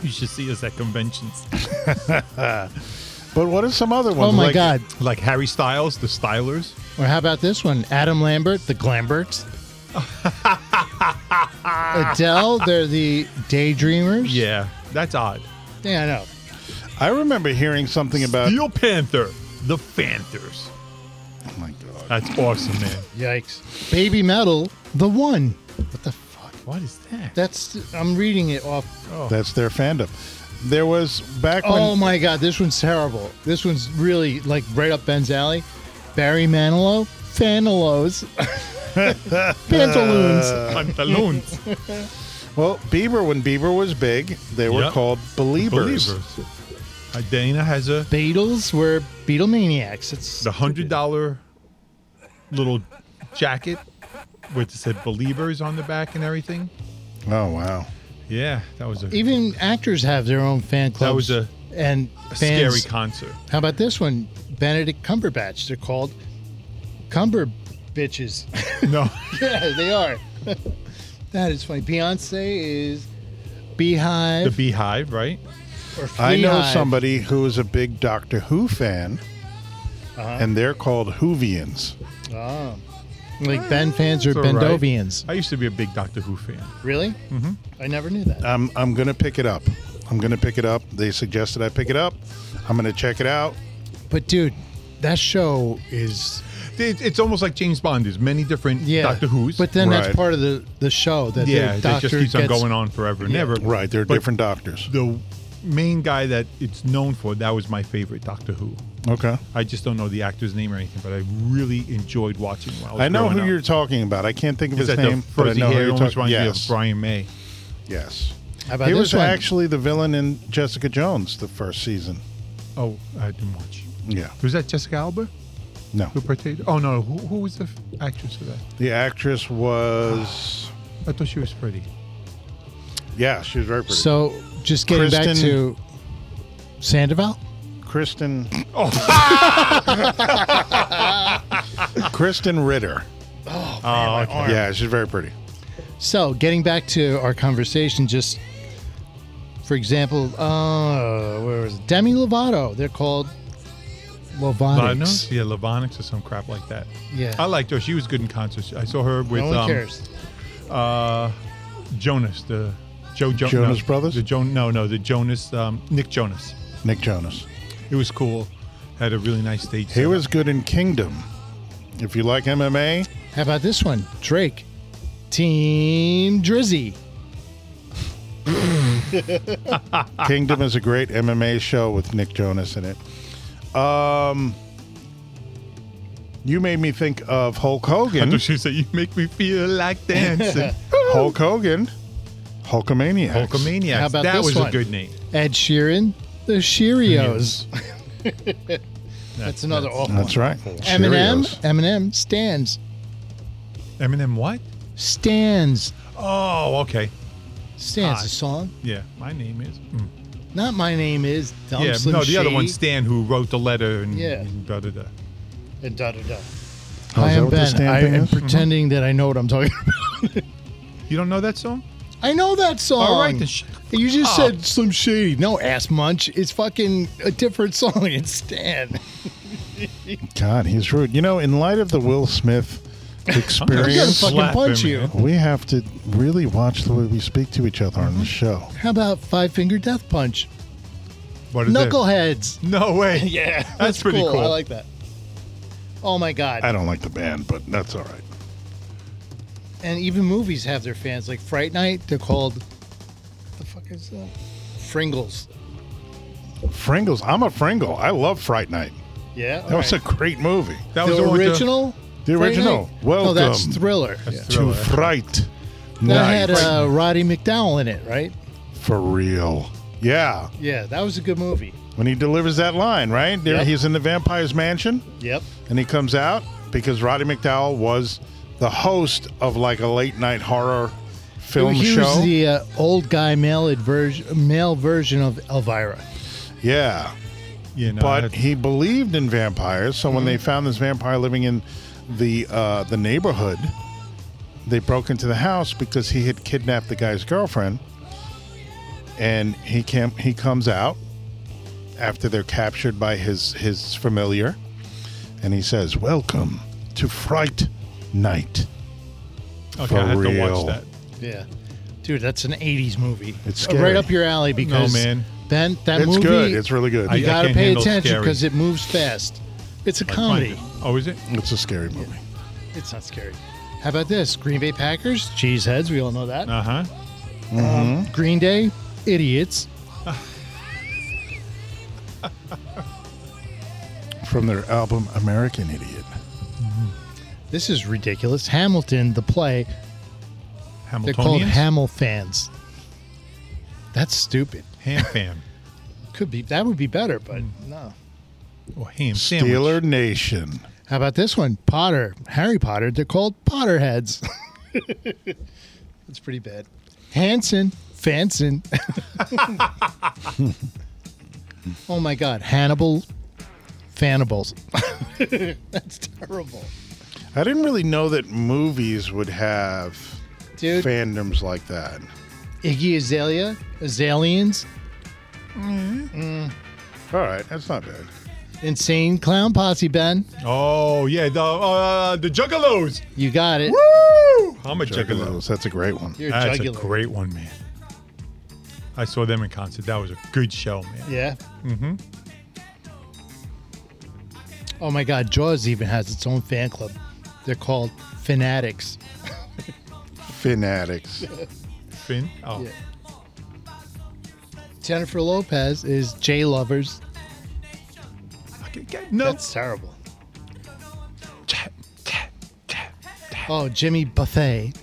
Speaker 1: You should see us at conventions.
Speaker 3: But what are some other ones?
Speaker 2: Oh my
Speaker 3: Like-
Speaker 2: God!
Speaker 1: like Harry Styles, the Stylers.
Speaker 2: Or how about this one? Adam Lambert, the Glamberts. Adele, they're the Daydreamers.
Speaker 1: Yeah, that's odd.
Speaker 2: yeah, I know.
Speaker 3: I remember hearing something about.
Speaker 1: Steel Uh, Panther, the Panthers.
Speaker 3: Oh my god!
Speaker 1: That's awesome, man.
Speaker 2: Yikes! Baby Metal, the one. What the fuck?
Speaker 1: What is that?
Speaker 2: That's I'm reading it off.
Speaker 3: That's their fandom. There was back when.
Speaker 2: Oh my god, this one's terrible. This one's really like right up Ben's alley. Barry Manilow, Fanilows, Pantaloons.
Speaker 1: Pantaloons.
Speaker 3: Well, Bieber when Bieber was big, they were
Speaker 1: Yep.
Speaker 3: called believers.
Speaker 1: Believers. Uh, Dana has a
Speaker 2: Beatles were Beatlemaniacs. It's
Speaker 1: the hundred dollar little jacket with it said believers on the back and everything.
Speaker 3: Oh wow.
Speaker 1: Yeah, that was a
Speaker 2: Even actors have their own fan
Speaker 1: was
Speaker 2: clubs.
Speaker 1: a-
Speaker 2: and fans.
Speaker 1: scary concert.
Speaker 2: How about this one? Benedict Cumberbatch. They're called Cumber bitches.
Speaker 1: No.
Speaker 2: yeah, they are. that is funny. Beyonce is Beehive.
Speaker 1: the Beehive, right?
Speaker 2: or
Speaker 3: I know
Speaker 2: Fleahive.
Speaker 3: somebody who is a big Doctor Who fan,
Speaker 1: Uh-huh.
Speaker 3: and they're called Whovians.
Speaker 2: Ah. Like Ben fans or
Speaker 1: It's all right.
Speaker 2: Bendovians.
Speaker 1: I used to be a big Doctor Who fan.
Speaker 2: Really? Mm-hmm. I never knew that.
Speaker 1: Uh,
Speaker 3: I'm I'm gonna pick it up. I'm gonna pick it up. They suggested I pick it up. I'm gonna check it out.
Speaker 2: But dude, that show is
Speaker 1: It, it's almost like James Bond. There's many different
Speaker 2: yeah.
Speaker 1: Doctor Who's.
Speaker 2: But then that's
Speaker 3: Right.
Speaker 2: part of the the show that
Speaker 1: yeah,
Speaker 2: the
Speaker 1: it
Speaker 2: doctor
Speaker 1: just keeps on
Speaker 2: gets-
Speaker 1: going on forever and
Speaker 2: Yeah.
Speaker 1: ever.
Speaker 3: Right, they're
Speaker 1: But
Speaker 3: different doctors.
Speaker 1: The main guy that it's known for, that was my favorite Doctor Who.
Speaker 3: Okay.
Speaker 1: I just don't know the actor's name or anything, but I really enjoyed watching. While I, was
Speaker 3: I know
Speaker 1: growing
Speaker 3: who
Speaker 1: up.
Speaker 3: you're talking about. I can't think of
Speaker 1: Is
Speaker 3: his
Speaker 1: that
Speaker 3: name,
Speaker 1: the
Speaker 3: but I
Speaker 1: fuzzy
Speaker 3: know who
Speaker 1: hair
Speaker 3: you're
Speaker 1: almost
Speaker 3: talking.
Speaker 1: reminds me
Speaker 3: Yes,
Speaker 1: of Brian May.
Speaker 3: yes.
Speaker 2: How about
Speaker 3: he
Speaker 2: this
Speaker 3: was
Speaker 2: one?
Speaker 3: actually the villain in Jessica Jones the first season.
Speaker 1: Oh, I didn't watch.
Speaker 3: Yeah.
Speaker 1: Was that Jessica Alba?
Speaker 3: No.
Speaker 1: Who participated? Oh no, who, who was the f- actress for that?
Speaker 3: The actress was
Speaker 1: I thought she was pretty.
Speaker 3: yeah, she was very pretty.
Speaker 2: So just getting back
Speaker 3: Kristen-
Speaker 2: to Sandoval.
Speaker 3: Kristen. Oh. Kristen Ritter.
Speaker 1: Oh, okay.
Speaker 3: Yeah, she's very pretty.
Speaker 2: So getting back to our conversation, just for example, uh, where was it? Demi Lovato? They're called
Speaker 1: Lavonics?
Speaker 2: Lovatics.
Speaker 1: Yeah, Lavonics or some crap like that.
Speaker 2: Yeah.
Speaker 1: I liked her. She was good in concert. I saw her with
Speaker 2: No one
Speaker 1: um,
Speaker 2: cares.
Speaker 1: uh, Jonas, the Joe Jonas
Speaker 3: Jonas Brothers?
Speaker 1: The Joan, no, no, the Jonas, um, Nick Jonas.
Speaker 3: Nick Jonas.
Speaker 1: It was cool. Had a really nice stage.
Speaker 3: He
Speaker 1: setup.
Speaker 3: was good in Kingdom. If you like MMA,
Speaker 2: How about this one, Drake? Team Drizzy.
Speaker 3: Kingdom is a great MMA show with Nick Jonas in it. Um, you made me think of Hulk
Speaker 1: I
Speaker 3: Hogan.
Speaker 1: thought she said, "You make me feel like dancing."
Speaker 3: Hulk Hogan, Hulkamaniacs.
Speaker 1: Hulkamaniacs.
Speaker 2: How about
Speaker 1: that
Speaker 2: this
Speaker 1: was
Speaker 2: one?
Speaker 1: a good name.
Speaker 2: Ed Sheeran, the Cheerios.
Speaker 1: That's
Speaker 2: another awful
Speaker 3: That's right.
Speaker 2: Eminem,
Speaker 3: Cheerios.
Speaker 2: Eminem stands,
Speaker 1: Eminem. What?
Speaker 2: stands,
Speaker 1: Oh, okay.
Speaker 2: stands.
Speaker 1: Ah.
Speaker 2: A song.
Speaker 1: Yeah, my name is. Mm.
Speaker 2: Not my name is. Dumb
Speaker 1: Yeah,
Speaker 2: Slim
Speaker 1: no, the other
Speaker 2: Shady,
Speaker 1: one, Stan, who wrote the letter and
Speaker 2: Yeah.
Speaker 1: da da da.
Speaker 2: And da da da.
Speaker 3: Oh,
Speaker 2: I
Speaker 3: is that
Speaker 2: am
Speaker 3: what the
Speaker 2: Ben.
Speaker 3: stand
Speaker 2: I
Speaker 3: thing
Speaker 2: am
Speaker 3: is?
Speaker 2: pretending that I know what I'm talking about.
Speaker 1: You don't know that song?
Speaker 2: I know that song.
Speaker 1: All right, then shut the
Speaker 2: you just
Speaker 1: up.
Speaker 2: said Slim Shady. No, Ass Munch. It's fucking a different song. It's Stan.
Speaker 3: God, he's rude. You know, in light of the Will Smith
Speaker 2: I'm gonna
Speaker 3: experience,
Speaker 1: Slap
Speaker 2: fucking punch
Speaker 1: him,
Speaker 2: you.
Speaker 1: man.
Speaker 3: we have to really watch the way we speak to each other on the show.
Speaker 2: How about Five Finger Death Punch?
Speaker 1: What is it?
Speaker 2: Knuckleheads.
Speaker 1: No way.
Speaker 2: Yeah,
Speaker 1: That's pretty cool.
Speaker 2: I like that. Oh my god!
Speaker 3: I don't like the band, but that's all right.
Speaker 2: and even movies have their fans. Like Fright Night, they're called. What the fuck is that? Fringles.
Speaker 3: Fringles. I'm a Fringle. I love Fright Night.
Speaker 2: Yeah,
Speaker 3: That was a great movie.
Speaker 1: That
Speaker 2: the
Speaker 1: the one with the-
Speaker 2: original.
Speaker 3: The
Speaker 2: Fright
Speaker 3: original.
Speaker 2: Night? No,
Speaker 3: Welcome
Speaker 2: that's Thriller. Yeah.
Speaker 3: to
Speaker 1: Thriller.
Speaker 3: Fright
Speaker 2: That
Speaker 3: Night.
Speaker 2: had uh, Roddy McDowell in it, right?
Speaker 3: For real. Yeah.
Speaker 2: Yeah, that was a good movie.
Speaker 3: When he delivers that line, right? There,
Speaker 2: Yep.
Speaker 3: He's in the vampire's mansion
Speaker 2: Yep.
Speaker 3: and he comes out because Roddy McDowell was the host of like a late night horror film
Speaker 2: he
Speaker 3: show.
Speaker 2: was the uh, old guy male version, male version of Elvira.
Speaker 3: yeah.
Speaker 1: You know,
Speaker 3: But
Speaker 1: that's-
Speaker 3: he believed in vampires, so when they
Speaker 2: Mm-hmm.
Speaker 3: found this vampire living in the uh, the neighborhood, they broke into the house because he had kidnapped the guy's girlfriend. And he came, he comes out after they're captured by his his familiar, and he says, "Welcome to Fright Night."
Speaker 1: okay, I have
Speaker 3: for
Speaker 1: to watch
Speaker 3: real.
Speaker 1: that.
Speaker 2: Yeah, dude, that's an '80s movie.
Speaker 3: It's
Speaker 2: Uh, right
Speaker 3: scary.
Speaker 2: up your alley because
Speaker 1: man.
Speaker 2: Then that
Speaker 3: it's
Speaker 2: movie.
Speaker 3: good. It's really good.
Speaker 1: I-
Speaker 2: You gotta
Speaker 1: can't
Speaker 2: pay
Speaker 1: handle
Speaker 2: attention
Speaker 1: scary.
Speaker 2: because it moves fast. It's a comedy.
Speaker 1: Oh, is it?
Speaker 3: it's a scary movie.
Speaker 2: It's not scary. How about this? Green Bay Packers, cheeseheads. We all know that.
Speaker 1: Uh huh.
Speaker 2: Green Day, idiots.
Speaker 3: From their album American Idiot.
Speaker 2: This is ridiculous. Hamilton, the play. They're called
Speaker 1: Hamiltonians.
Speaker 2: Hamel fans. That's stupid.
Speaker 1: ham fan
Speaker 2: Could be. That would be better, but
Speaker 1: Hmm.
Speaker 2: no.
Speaker 1: or Oh, ham
Speaker 3: Steeler
Speaker 1: sandwich.
Speaker 3: Nation.
Speaker 2: How about this one? Potter, Harry Potter. They're called Potterheads. That's pretty bad. Hanson, Fanson. oh my God, Hannibal, Fanibles. That's terrible,
Speaker 3: I didn't really know that movies would have
Speaker 2: dude.
Speaker 3: fandoms like that.
Speaker 2: Iggy Azalea, Azaleans,
Speaker 3: All right, that's not bad.
Speaker 2: Insane Clown Posse Ben.
Speaker 1: Oh yeah, the uh, the Juggalos.
Speaker 2: You got it.
Speaker 1: Woo! I'm a Juggalo.
Speaker 3: Juggalos, that's a great one.
Speaker 2: You're
Speaker 1: That's a
Speaker 2: jugular.
Speaker 1: great one, man. I saw them in concert. That was a good show, man.
Speaker 2: Yeah. Mm-hmm. Oh my God, Jaws even has its own fan club. They're called Fanatics.
Speaker 3: Fanatics.
Speaker 1: Finn. Oh,
Speaker 2: Yeah. Jennifer Lopez is J Lovers.
Speaker 1: Okay, okay, no.
Speaker 2: That's terrible. Oh, Jimmy Buffet.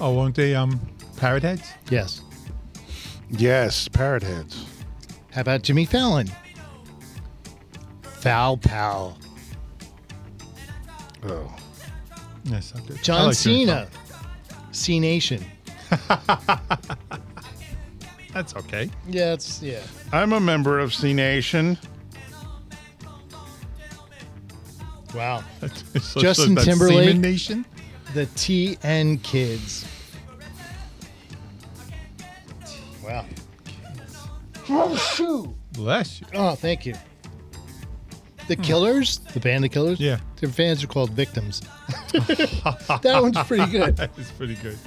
Speaker 1: oh, aren't they um parrot heads?
Speaker 2: Yes.
Speaker 3: yes, parrot heads.
Speaker 2: How about Jimmy Fallon? Foul Pal.
Speaker 3: Oh.
Speaker 1: Yes, I did. I
Speaker 2: John
Speaker 1: like Jimmy
Speaker 2: Cena. C Nation.
Speaker 1: Fallon. That's okay.
Speaker 2: Yeah, it's yeah.
Speaker 3: I'm a member of C Nation.
Speaker 2: Wow.
Speaker 1: So- so
Speaker 2: Justin
Speaker 1: that's
Speaker 2: Timberlake.
Speaker 1: Semen Nation.
Speaker 2: The TN Kids. Wow. Oh, shoot.
Speaker 1: Bless you.
Speaker 2: Oh, thank you. The Killers, the band The Killers.
Speaker 1: Yeah.
Speaker 2: their fans are called Victims. that one's pretty good.
Speaker 1: That is pretty good.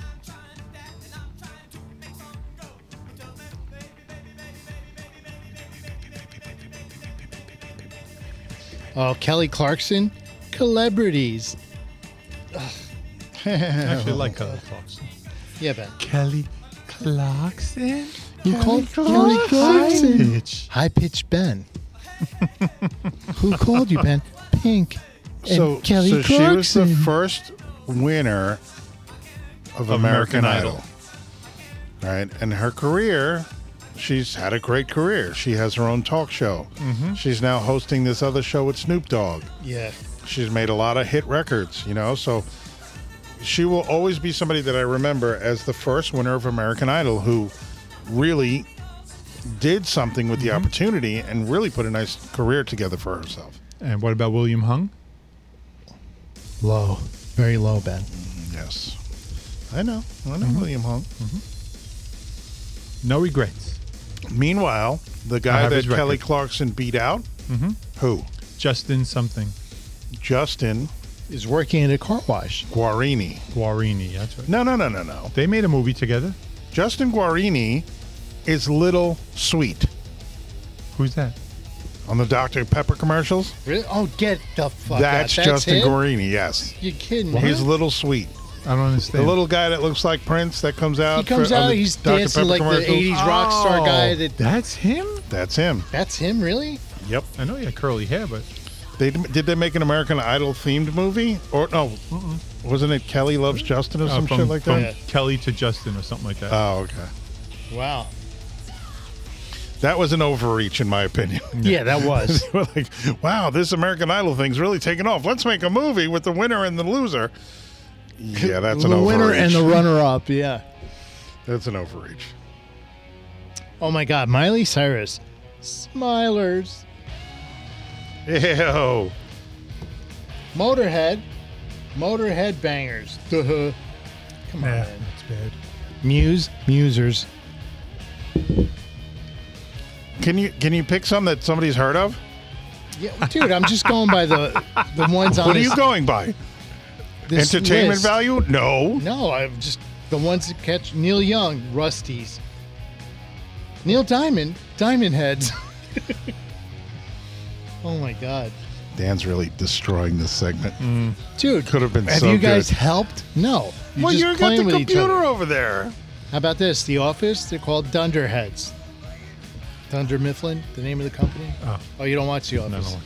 Speaker 2: Oh, Kelly Clarkson, Celebrities.
Speaker 1: I actually like Kelly Clarkson.
Speaker 2: Yeah, Ben.
Speaker 1: Kelly Clarkson.
Speaker 2: You called Kelly Clarkson. High pitched Ben. Who called you Ben? Pink. And
Speaker 3: so
Speaker 2: Kelly
Speaker 3: so she was the
Speaker 2: Clarkson.
Speaker 3: first winner of
Speaker 1: American
Speaker 3: American,
Speaker 1: Idol.
Speaker 3: Idol. Right? And her career, she's had a great career. She has her own talk show. She's now hosting this other show with Snoop Dogg.
Speaker 2: Yeah.
Speaker 3: She's made a lot of hit records, you know, so she will always be somebody that I remember as the first winner of American Idol who really did something with the opportunity and really put a nice career together for herself.
Speaker 1: And what about William Hung?
Speaker 2: Low. Very low, Ben.
Speaker 3: Yes. Mm-hmm. I know. I know William Hung.
Speaker 1: No regrets.
Speaker 3: Meanwhile, the
Speaker 1: I
Speaker 3: guy
Speaker 1: have
Speaker 3: that
Speaker 1: his
Speaker 3: Kelly
Speaker 1: record.
Speaker 3: Clarkson beat out,
Speaker 2: Mm-hmm.
Speaker 3: who?
Speaker 1: Justin something.
Speaker 3: Justin
Speaker 2: Is working at a car wash.
Speaker 3: Guarini.
Speaker 1: Guarini. That's right.
Speaker 3: No, no, no, no, no.
Speaker 1: They made a movie together.
Speaker 3: Justin Guarini is Little Sweet
Speaker 1: Who's that?
Speaker 3: on the Dr. Pepper commercials.
Speaker 2: Really? Oh, get the fuck
Speaker 3: that's,
Speaker 2: out.
Speaker 3: Justin
Speaker 2: him?
Speaker 3: Guarini, yes.
Speaker 2: You kidding me?
Speaker 3: He's Little Sweet.
Speaker 1: I don't
Speaker 3: The
Speaker 1: understand.
Speaker 3: little guy that looks like Prince that comes out.
Speaker 2: He comes
Speaker 3: for- on
Speaker 2: out,
Speaker 3: the
Speaker 2: he's
Speaker 3: Dr.
Speaker 2: dancing
Speaker 3: Pepper
Speaker 2: like the
Speaker 3: commercials. Oh.
Speaker 2: 80s rock star guy that.
Speaker 1: That's him.
Speaker 3: That's him.
Speaker 2: That's him, really?
Speaker 3: Yep.
Speaker 1: I know he had curly hair, but
Speaker 3: They did they make an American Idol themed movie or no? Wasn't it Kelly Loves Justin or
Speaker 1: uh,
Speaker 3: some
Speaker 1: from,
Speaker 3: shit like
Speaker 1: from
Speaker 3: that?
Speaker 1: Kelly to Justin or something like that.
Speaker 3: Oh, okay.
Speaker 2: Wow.
Speaker 3: That was an overreach, in my opinion.
Speaker 2: Yeah, that was.
Speaker 3: They were like, wow, this American Idol thing's really taken off. Let's make a movie with the winner and the loser. Yeah, that's an
Speaker 2: the
Speaker 3: overreach.
Speaker 2: winner and the runner-up. Yeah.
Speaker 3: that's an overreach.
Speaker 2: Oh my God, Miley Cyrus, Smilers,
Speaker 3: Ew.
Speaker 2: Motorhead, Motorhead bangers. Duh. Come on,
Speaker 1: yeah,
Speaker 2: man.
Speaker 1: that's bad.
Speaker 2: Muse, Musers.
Speaker 3: Can you can you pick some that somebody's heard of?
Speaker 2: Yeah, dude, I'm just going by the the ones on
Speaker 3: What are
Speaker 2: this,
Speaker 3: you going by?
Speaker 2: this
Speaker 3: Entertainment
Speaker 2: list.
Speaker 3: value? No.
Speaker 2: No, I'm just the ones that catch Neil Young, Rusties, Neil Diamond, Diamond Heads. oh my God,
Speaker 3: Dan's really destroying this segment.
Speaker 2: Mm. dude.
Speaker 3: Could have been
Speaker 2: Have
Speaker 3: so
Speaker 2: you guys
Speaker 3: good.
Speaker 2: helped? No. You're
Speaker 3: well,
Speaker 2: just
Speaker 3: you got
Speaker 2: playing
Speaker 3: the
Speaker 2: with each other.
Speaker 3: computer over there.
Speaker 2: How about this? The Office, they're called Dunderheads. Dunder Mifflin, the name of the company?
Speaker 1: Oh.
Speaker 2: you don't watch The
Speaker 1: I don't
Speaker 2: Office?
Speaker 1: know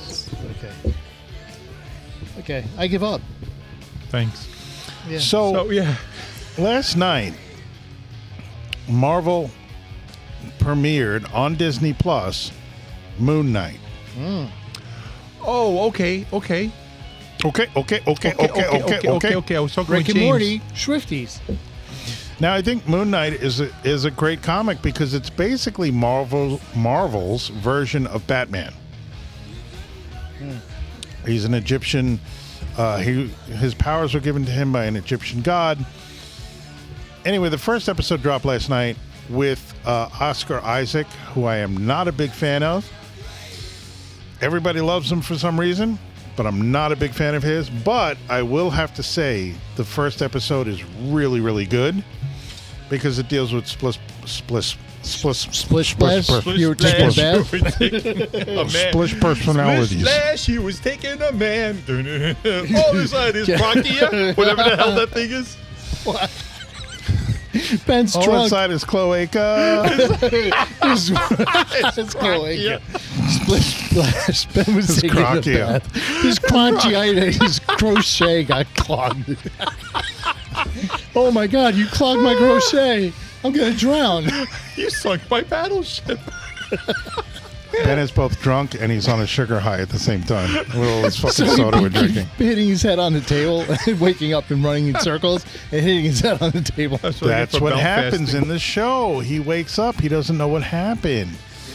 Speaker 1: what's yours.
Speaker 2: Okay. Okay, I give up.
Speaker 1: Thanks.
Speaker 2: Yeah.
Speaker 3: So,
Speaker 1: So yeah,
Speaker 3: last night, Marvel premiered on Disney Plus Moon Knight.
Speaker 1: Oh, okay, okay.
Speaker 3: Okay, okay, okay, okay, okay, okay, okay.
Speaker 1: I was talking
Speaker 2: Rick
Speaker 1: with
Speaker 2: and
Speaker 1: James.
Speaker 2: Morty, Swifties.
Speaker 3: Now I think Moon Knight is a, is a great comic because it's basically Marvel Marvel's version of Batman. He's an Egyptian. Uh, he his powers were given to him by an Egyptian god. Anyway, the first episode dropped last night with uh, Oscar Isaac, who I am not a big fan of. Everybody loves him for some reason, but I'm not a big fan of his. But I will have to say the first episode is really, really good because it deals with split, split, split,
Speaker 2: Splish splash. You were taking a bath.
Speaker 3: split personalities.
Speaker 1: Splash, he was taking a man. All inside his brachia, whatever the hell that thing is.
Speaker 2: Ben's
Speaker 3: All
Speaker 2: drunk.
Speaker 3: inside is cloaca.
Speaker 2: His- his cloaca. Splish splash. Ben was taking a
Speaker 3: crocchia.
Speaker 2: bath. His crotchia, his crochet got clogged. oh my God! You clogged my crochet. I'm gonna drown.
Speaker 1: You sunk my battleship.
Speaker 3: ben is both drunk and he's on a sugar high at the same time. With all this fucking soda we're
Speaker 2: he keep
Speaker 3: drinking.
Speaker 2: hitting his head on the table, waking up and running in circles, and hitting his head on the table.
Speaker 3: That's what happens in the show. He wakes up. He doesn't know what happened.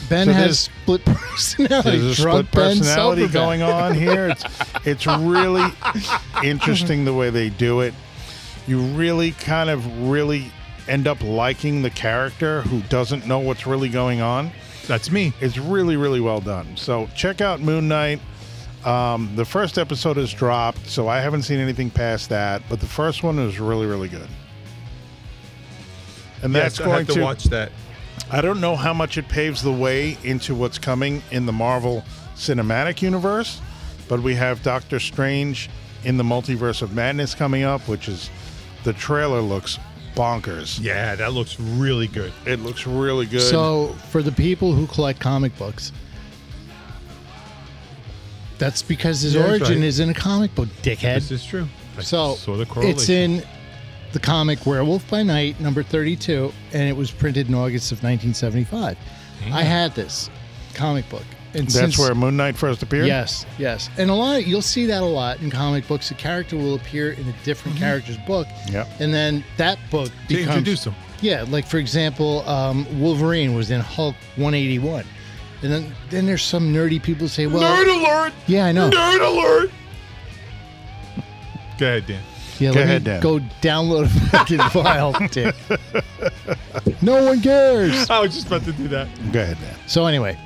Speaker 2: Ben
Speaker 3: So
Speaker 2: has
Speaker 3: there's-
Speaker 2: split personality.
Speaker 3: There's a
Speaker 2: drunk
Speaker 3: split
Speaker 2: Ben, sober
Speaker 3: personality
Speaker 2: Ben.
Speaker 3: going on here. It's it's really interesting the way they do it. You really kind of really end up liking the character who doesn't know what's really going on.
Speaker 1: That's me.
Speaker 3: It's really, really well done. So check out Moon Knight. Um, the first episode has dropped, so I haven't seen anything past that. But the first one is really, really good. And that's
Speaker 1: Yes, I
Speaker 3: going
Speaker 1: have to watch that.
Speaker 3: I don't know how much it paves the way into what's coming in the Marvel Cinematic Universe, but we have Doctor Strange in the Multiverse of Madness coming up, which is the trailer looks bonkers.
Speaker 1: Yeah, that looks really good.
Speaker 3: It looks really good.
Speaker 2: So, for the people who collect comic books, that's because his
Speaker 1: Yeah, that's
Speaker 2: origin
Speaker 1: right.
Speaker 2: is in a comic book,
Speaker 1: This
Speaker 2: dickhead.
Speaker 1: is true. I
Speaker 2: So,
Speaker 1: saw the correlation.
Speaker 2: it's in the comic Werewolf by Night, number 32, and it was printed in August of 1975. I had this comic book. And
Speaker 3: that's
Speaker 2: since-
Speaker 3: where Moon Knight first appeared.
Speaker 2: Yes, yes. And a lot you'll see that a lot in comic books. A character will appear in a different character's book.
Speaker 3: Mm-hmm. Yep.
Speaker 2: And then that book
Speaker 1: They
Speaker 2: becomes
Speaker 1: introduce them.
Speaker 2: Yeah, like for example, um, Wolverine was in Hulk 181. And then then there's some nerdy people say, well,
Speaker 1: Nerd alert!
Speaker 2: yeah, I know.
Speaker 1: Nerd alert! Go ahead, Dan.
Speaker 2: Yeah,
Speaker 3: Go
Speaker 2: let
Speaker 3: ahead,
Speaker 2: me
Speaker 3: Dan.
Speaker 2: go download a fucking file, dick. No one cares.
Speaker 1: I was just about to do that.
Speaker 3: Go ahead, Dan.
Speaker 2: So anyway,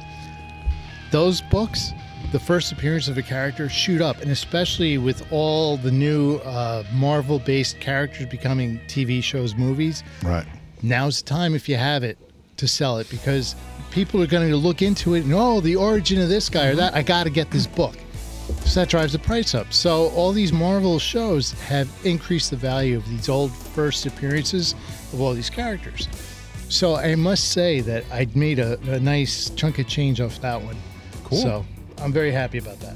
Speaker 2: those books, the first appearance of a character shoot up, and especially with all the new uh, Marvel-based characters becoming TV shows, movies.
Speaker 3: Right.
Speaker 2: Now's the time if you have it to sell it because people are going to look into it and oh, the origin of this guy or that. I got to get this book. So that drives the price up. So all these Marvel shows have increased the value of these old first appearances of all these characters. So I must say that I made a, a nice chunk of change off that one.
Speaker 1: Cool.
Speaker 2: So I'm very happy about that.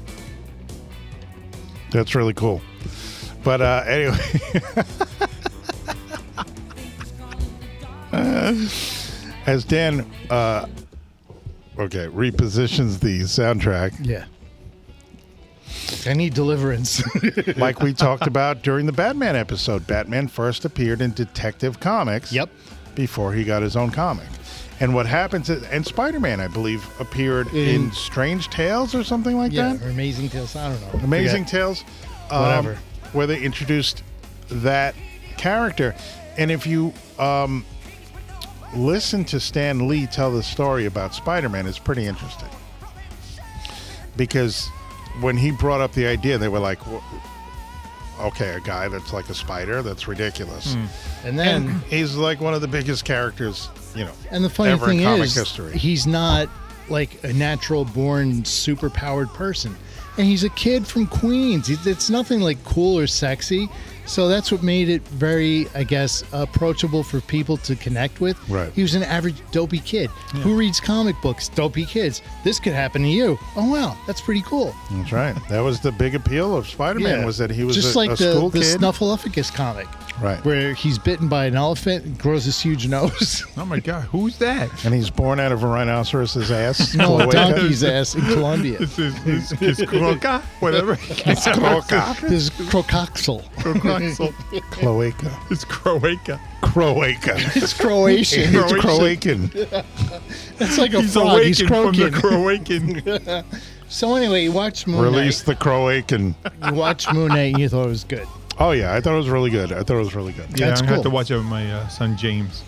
Speaker 3: That's really cool. But uh, anyway, as Dan uh, okay repositions the soundtrack,
Speaker 2: Yeah. I need deliverance.
Speaker 3: like we talked about during the Batman episode, Batman first appeared in Detective Comics.
Speaker 2: Yep.
Speaker 3: Before he got his own comic. And what happens is, and Spider Man, I believe, appeared in,
Speaker 2: In-
Speaker 3: Strange Tales or something like
Speaker 2: yeah.
Speaker 3: that.
Speaker 2: Or Amazing Tales. I don't know.
Speaker 3: Amazing
Speaker 2: Forget.
Speaker 3: Tales. um,
Speaker 2: Whatever.
Speaker 3: Where they introduced that character. And if you um, listen to Stan Lee tell the story about Spider Man, it's pretty interesting. Because when he brought up the idea, they were like, "Wh- okay, a guy that's like a spider, that's ridiculous.
Speaker 2: Hmm. And then.
Speaker 3: He's like one of the biggest characters, you know.
Speaker 2: And the funny
Speaker 3: ever
Speaker 2: thing
Speaker 3: in comic
Speaker 2: is,
Speaker 3: history.
Speaker 2: he's not like a natural born super powered person. And he's a kid from Queens. He- It's nothing like cool or sexy. So that's what made it very, I guess, approachable for people to connect with.
Speaker 3: Right.
Speaker 2: He was an average dopey kid. Who reads comic books? Dopey kids. This could happen to you. Oh, wow. That's pretty cool.
Speaker 3: that's right. That was the big appeal of Spider Man was that he was
Speaker 2: just
Speaker 3: a,
Speaker 2: like
Speaker 3: a
Speaker 2: the,
Speaker 3: school
Speaker 2: the
Speaker 3: kid.
Speaker 2: Snuffleupagus comic.
Speaker 3: Right.
Speaker 2: where he's bitten by an elephant and grows this huge nose.
Speaker 1: Oh my God, who's that?
Speaker 3: And he's born out of a rhinoceros's ass.
Speaker 2: no, a
Speaker 3: Cloaca.
Speaker 2: donkey's ass in Colombia.
Speaker 1: This is this is Kroka, whatever. It's
Speaker 3: Cloaca.
Speaker 2: This is crocoxel.
Speaker 3: Cloaca.
Speaker 1: It's Croatia.
Speaker 3: Croaca.
Speaker 2: It's Croatian.
Speaker 3: It's Croatian.
Speaker 2: It's like a
Speaker 1: He's
Speaker 2: frog. He's
Speaker 1: awakened from the
Speaker 2: croaking.
Speaker 1: Croatian.
Speaker 2: so anyway, you watched Moon
Speaker 3: Release
Speaker 2: Release.
Speaker 3: the Croacan.
Speaker 2: Knight. You watched Moon Knight and you thought it was good.
Speaker 3: Oh yeah, I thought it was really good. I thought it was really good.
Speaker 1: Yeah,
Speaker 2: That's
Speaker 1: I
Speaker 2: cool. Hmm.
Speaker 1: have to watch out with my uh, son James.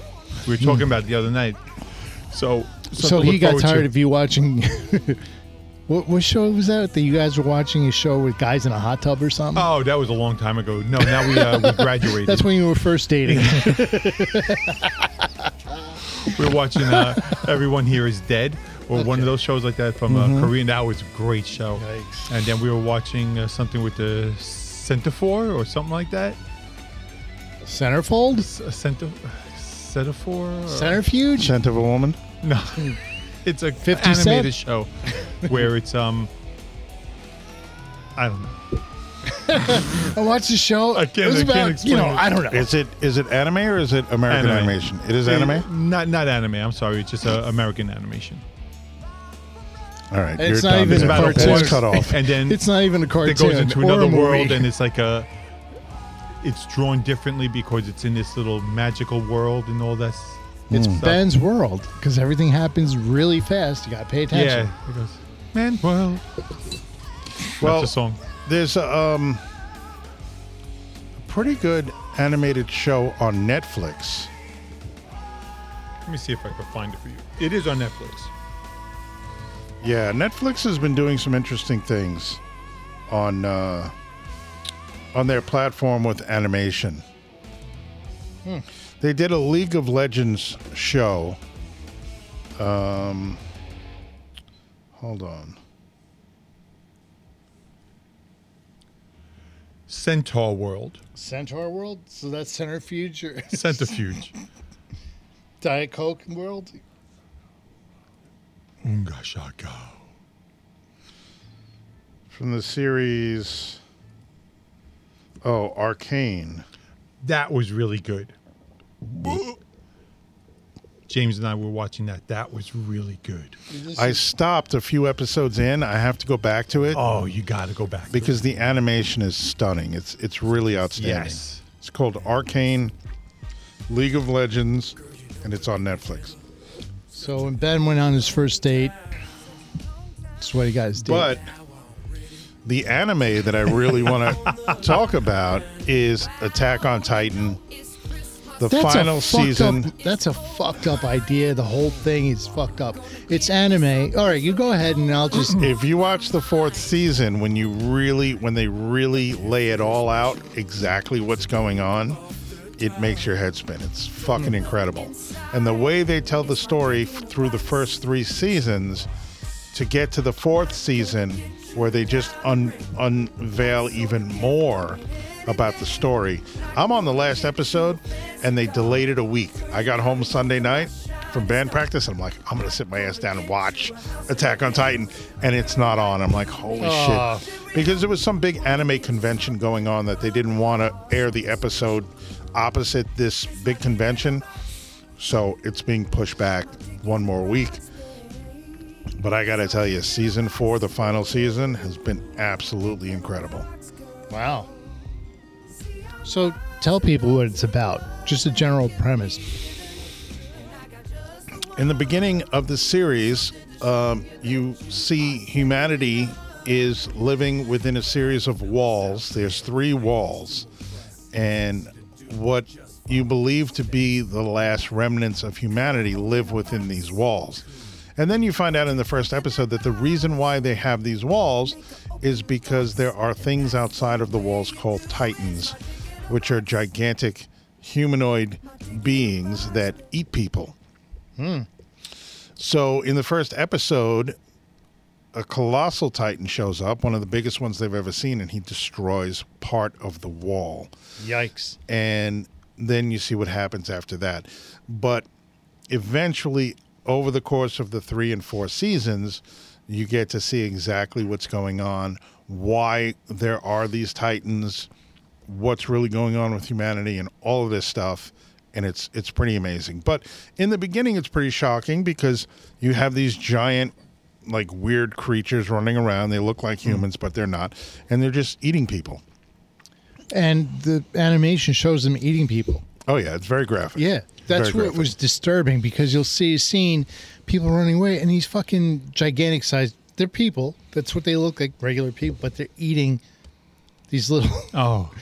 Speaker 1: We were talking about it the other night. So,
Speaker 2: So
Speaker 1: something to
Speaker 2: he
Speaker 1: look
Speaker 2: got
Speaker 1: forward to.
Speaker 2: tired of you watching. what, what show was that that you guys were watching? A show with guys in a hot tub or something?
Speaker 1: Oh, that was a long time ago. No, now we uh, we graduated.
Speaker 2: That's when you were first dating.
Speaker 1: We're watching uh, Everyone Here Is Dead or one of those shows like that from uh, Korean. That was a great show.
Speaker 2: Mm-hmm. Yikes.
Speaker 1: And then we were watching uh, something with the centaur or something like that.
Speaker 2: Centerfold?
Speaker 1: S- A centaur. Centaur? or-
Speaker 2: Centrifuge?
Speaker 3: Scent of a woman.
Speaker 1: No. it's a
Speaker 2: 50 Cent?
Speaker 1: animated show where it's um I don't know.
Speaker 2: I watched the show.
Speaker 1: I
Speaker 2: it
Speaker 1: can't- I
Speaker 2: was about,
Speaker 1: can't
Speaker 2: you know,
Speaker 1: explain it.
Speaker 2: I don't know.
Speaker 3: Is it is it anime or is it American
Speaker 1: Anime.
Speaker 3: animation? It is anime.
Speaker 1: Uh, Not not anime. I'm sorry. It's just uh, American animation.
Speaker 3: All right,
Speaker 2: It's
Speaker 3: you're
Speaker 2: not
Speaker 3: done.
Speaker 2: even
Speaker 3: It's
Speaker 2: a
Speaker 3: about
Speaker 2: cartoon.
Speaker 3: cut off.
Speaker 1: And then
Speaker 2: it's not even a cartoon.
Speaker 1: it goes into
Speaker 2: or
Speaker 1: another
Speaker 2: a movie.
Speaker 1: world and it's like a it's drawn differently because it's in this little magical world and all that. s-
Speaker 2: It's
Speaker 1: stuff.
Speaker 2: Ben's world because everything happens really fast. You got to pay attention.
Speaker 1: Yeah. It goes, Man world.
Speaker 3: Well,
Speaker 1: That's a song.
Speaker 3: There's um, a pretty good animated show on Netflix.
Speaker 1: Let me see if I can find it for you. It is on Netflix.
Speaker 3: Yeah, Netflix has been doing some interesting things on uh, on their platform with animation. They did a League of Legends show. Um, hold on.
Speaker 1: Centaur World.
Speaker 2: Centaur world? So that's Centrifuge or
Speaker 1: Centrifuge.
Speaker 2: Diet Coke world?
Speaker 1: Ungashaka.
Speaker 3: from the series oh arcane
Speaker 1: That was really good. James and I were watching that. That was really good.
Speaker 3: i stopped a few episodes in i have to go back to it
Speaker 1: Oh, you got to go back. to it.
Speaker 3: because the animation is stunning it's it's really outstanding
Speaker 1: Yes.
Speaker 3: it's called arcane league of legends and it's on netflix
Speaker 2: So when Ben went on his first date, that's what he guys did.
Speaker 3: but the anime that i really want to talk about is attack on titan the
Speaker 2: that's
Speaker 3: final
Speaker 2: a fucked
Speaker 3: season
Speaker 2: Up, that's a fucked up idea. The whole thing is fucked up. It's anime. All right, you go ahead and I'll just.
Speaker 3: if you watch the fourth season when you really when they really lay it all out exactly what's going on it makes your head spin it's fucking incredible and the way they tell the story f- through the first three seasons to get to the fourth season where they just un- unveil even more about the story i'm on the last episode and they delayed it a week i got home sunday night from band practice and i'm like i'm gonna sit my ass down and watch attack on titan and it's not on i'm like holy
Speaker 2: Aw.
Speaker 3: shit because there was some big anime convention going on that they didn't want to air the episode opposite this big convention so it's being pushed back one more week but I gotta tell you, season four, the final season, has been absolutely incredible.
Speaker 2: Wow. So tell people what it's about. Just a general premise.
Speaker 3: In the beginning of the series, um, you see humanity is living within a series of walls. There's three walls, and what you believe to be the last remnants of humanity live within these walls. And then you find out in the first episode that the reason why they have these walls is because there are things outside of the walls called titans, which are gigantic humanoid beings that eat people. So in the first episode, a colossal titan shows up, one of the biggest ones they've ever seen, and he destroys part of the wall
Speaker 2: Yikes.
Speaker 3: and then you see what happens after that. But eventually, over the course of the three and four seasons, you get to see exactly what's going on, why there are these titans, what's really going on with humanity and all of this stuff and it's it's pretty amazing. But in the beginning it's pretty shocking because you have these giant like weird creatures running around. They look
Speaker 2: Hmm.
Speaker 3: like humans but they're not and they're just eating people.
Speaker 2: And the animation shows them eating people.
Speaker 3: Oh yeah, it's very graphic.
Speaker 2: Yeah, that's
Speaker 3: Very
Speaker 2: what
Speaker 3: graphic.
Speaker 2: was disturbing because you'll see a scene, people running away, and these fucking gigantic sized. They're people. That's what they look like, regular people, but they're eating these little.
Speaker 1: Oh,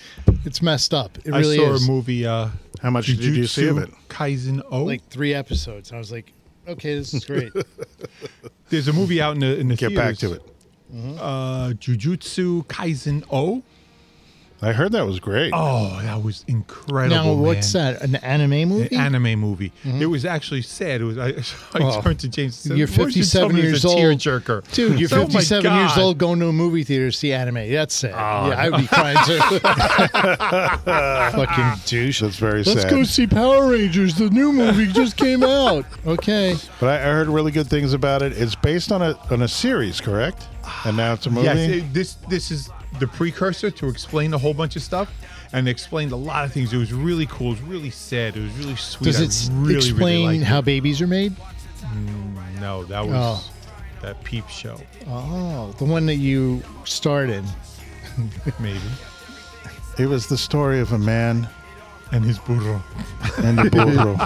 Speaker 2: it's messed up. It
Speaker 1: I
Speaker 2: really
Speaker 1: saw
Speaker 2: is.
Speaker 1: a movie. Uh,
Speaker 3: How much did you see of it?
Speaker 1: Kaisen O.
Speaker 2: Like three episodes. I was like, okay, this is great.
Speaker 1: There's a movie out in the in the
Speaker 3: Get back to
Speaker 1: theaters,
Speaker 3: it.
Speaker 1: Uh, Jujutsu Kaisen O.
Speaker 3: I heard that was great.
Speaker 1: Oh, that was incredible.
Speaker 2: now, what's
Speaker 1: man.
Speaker 2: that? An anime
Speaker 1: An
Speaker 2: movie?
Speaker 1: anime movie. It was actually sad. It was. I, I
Speaker 2: Oh.
Speaker 1: turned to James. and said,
Speaker 2: you're
Speaker 1: "Why don't you
Speaker 2: 57
Speaker 1: tell me it's
Speaker 2: years
Speaker 1: a
Speaker 2: old,
Speaker 1: tearjerker?"
Speaker 2: dude. You're
Speaker 1: Oh my
Speaker 2: 57 years
Speaker 1: God. Oh.
Speaker 2: old going to a movie theater to see anime. That's sad. yeah, I would be crying too. Fucking douche.
Speaker 3: That's very
Speaker 2: Let's
Speaker 3: sad.
Speaker 2: go see Power Rangers. The new movie just came out. Okay.
Speaker 3: But I, I heard really good things about it. It's based on a on a series, correct? And now it's a movie.
Speaker 1: Yes, it- this this is the precursor to explain a whole bunch of stuff, and explained a lot of things. It was really cool. It was really sad. It was really sweet.
Speaker 2: Does
Speaker 1: I
Speaker 2: it s-
Speaker 1: really,
Speaker 2: explain
Speaker 1: really liked
Speaker 2: how babies are made?
Speaker 1: it. No, that was
Speaker 2: Oh.
Speaker 1: that peep show.
Speaker 2: Oh, the one that you started.
Speaker 1: Maybe.
Speaker 3: It was the story of a man
Speaker 1: And his burro.
Speaker 3: and a burro.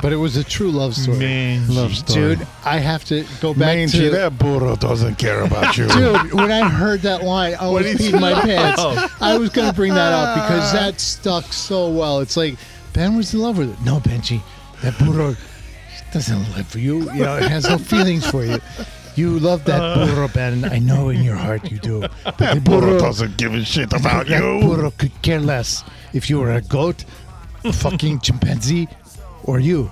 Speaker 2: But it was a true love story.
Speaker 1: Man,
Speaker 3: Love story.
Speaker 2: Dude, I have to go back
Speaker 3: Mangy,
Speaker 2: to
Speaker 3: that burro doesn't care about you.
Speaker 2: Dude, when I heard that line, I was
Speaker 1: did he
Speaker 2: peeing my pants.
Speaker 3: "Oh."
Speaker 2: I was going to bring that up because that stuck so well. It's like, Ben was in love with it. No, Benji, that burro doesn't live for you. You know, it has no feelings for you. You love that burro, Ben. I know in your heart you do. But the
Speaker 3: Uh. That burro
Speaker 2: burro-
Speaker 3: doesn't give a shit about
Speaker 2: that
Speaker 3: you.
Speaker 2: burro could care less if you were a goat, fucking chimpanzee, or you.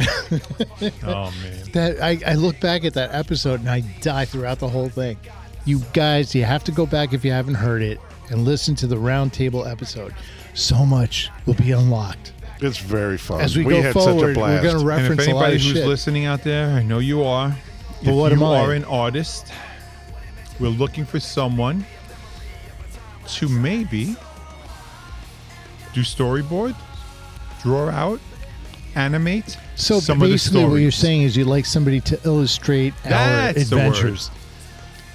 Speaker 1: Oh man.
Speaker 2: That I, I look back at that episode and I die throughout the whole thing. You guys, you have to go back if you haven't heard it and listen to the roundtable episode. So much will be unlocked
Speaker 3: It's very
Speaker 1: Oh,
Speaker 3: fun.
Speaker 2: as we, go
Speaker 3: had such a
Speaker 2: forward. We're
Speaker 3: blast.
Speaker 2: going to
Speaker 1: And
Speaker 2: reference
Speaker 1: if
Speaker 2: a lot
Speaker 1: anybody
Speaker 2: of
Speaker 1: who's
Speaker 2: shit.
Speaker 1: listening out there, I know you are.
Speaker 2: But
Speaker 1: if
Speaker 2: what
Speaker 1: you
Speaker 2: am I?
Speaker 1: are an artist, we're looking for someone to maybe do storyboard, draw out, animate.
Speaker 2: so
Speaker 1: some of the
Speaker 2: basically, what you're
Speaker 1: stories.
Speaker 2: saying is you'd like somebody to illustrate
Speaker 1: That's
Speaker 2: our
Speaker 1: the word.
Speaker 2: adventures.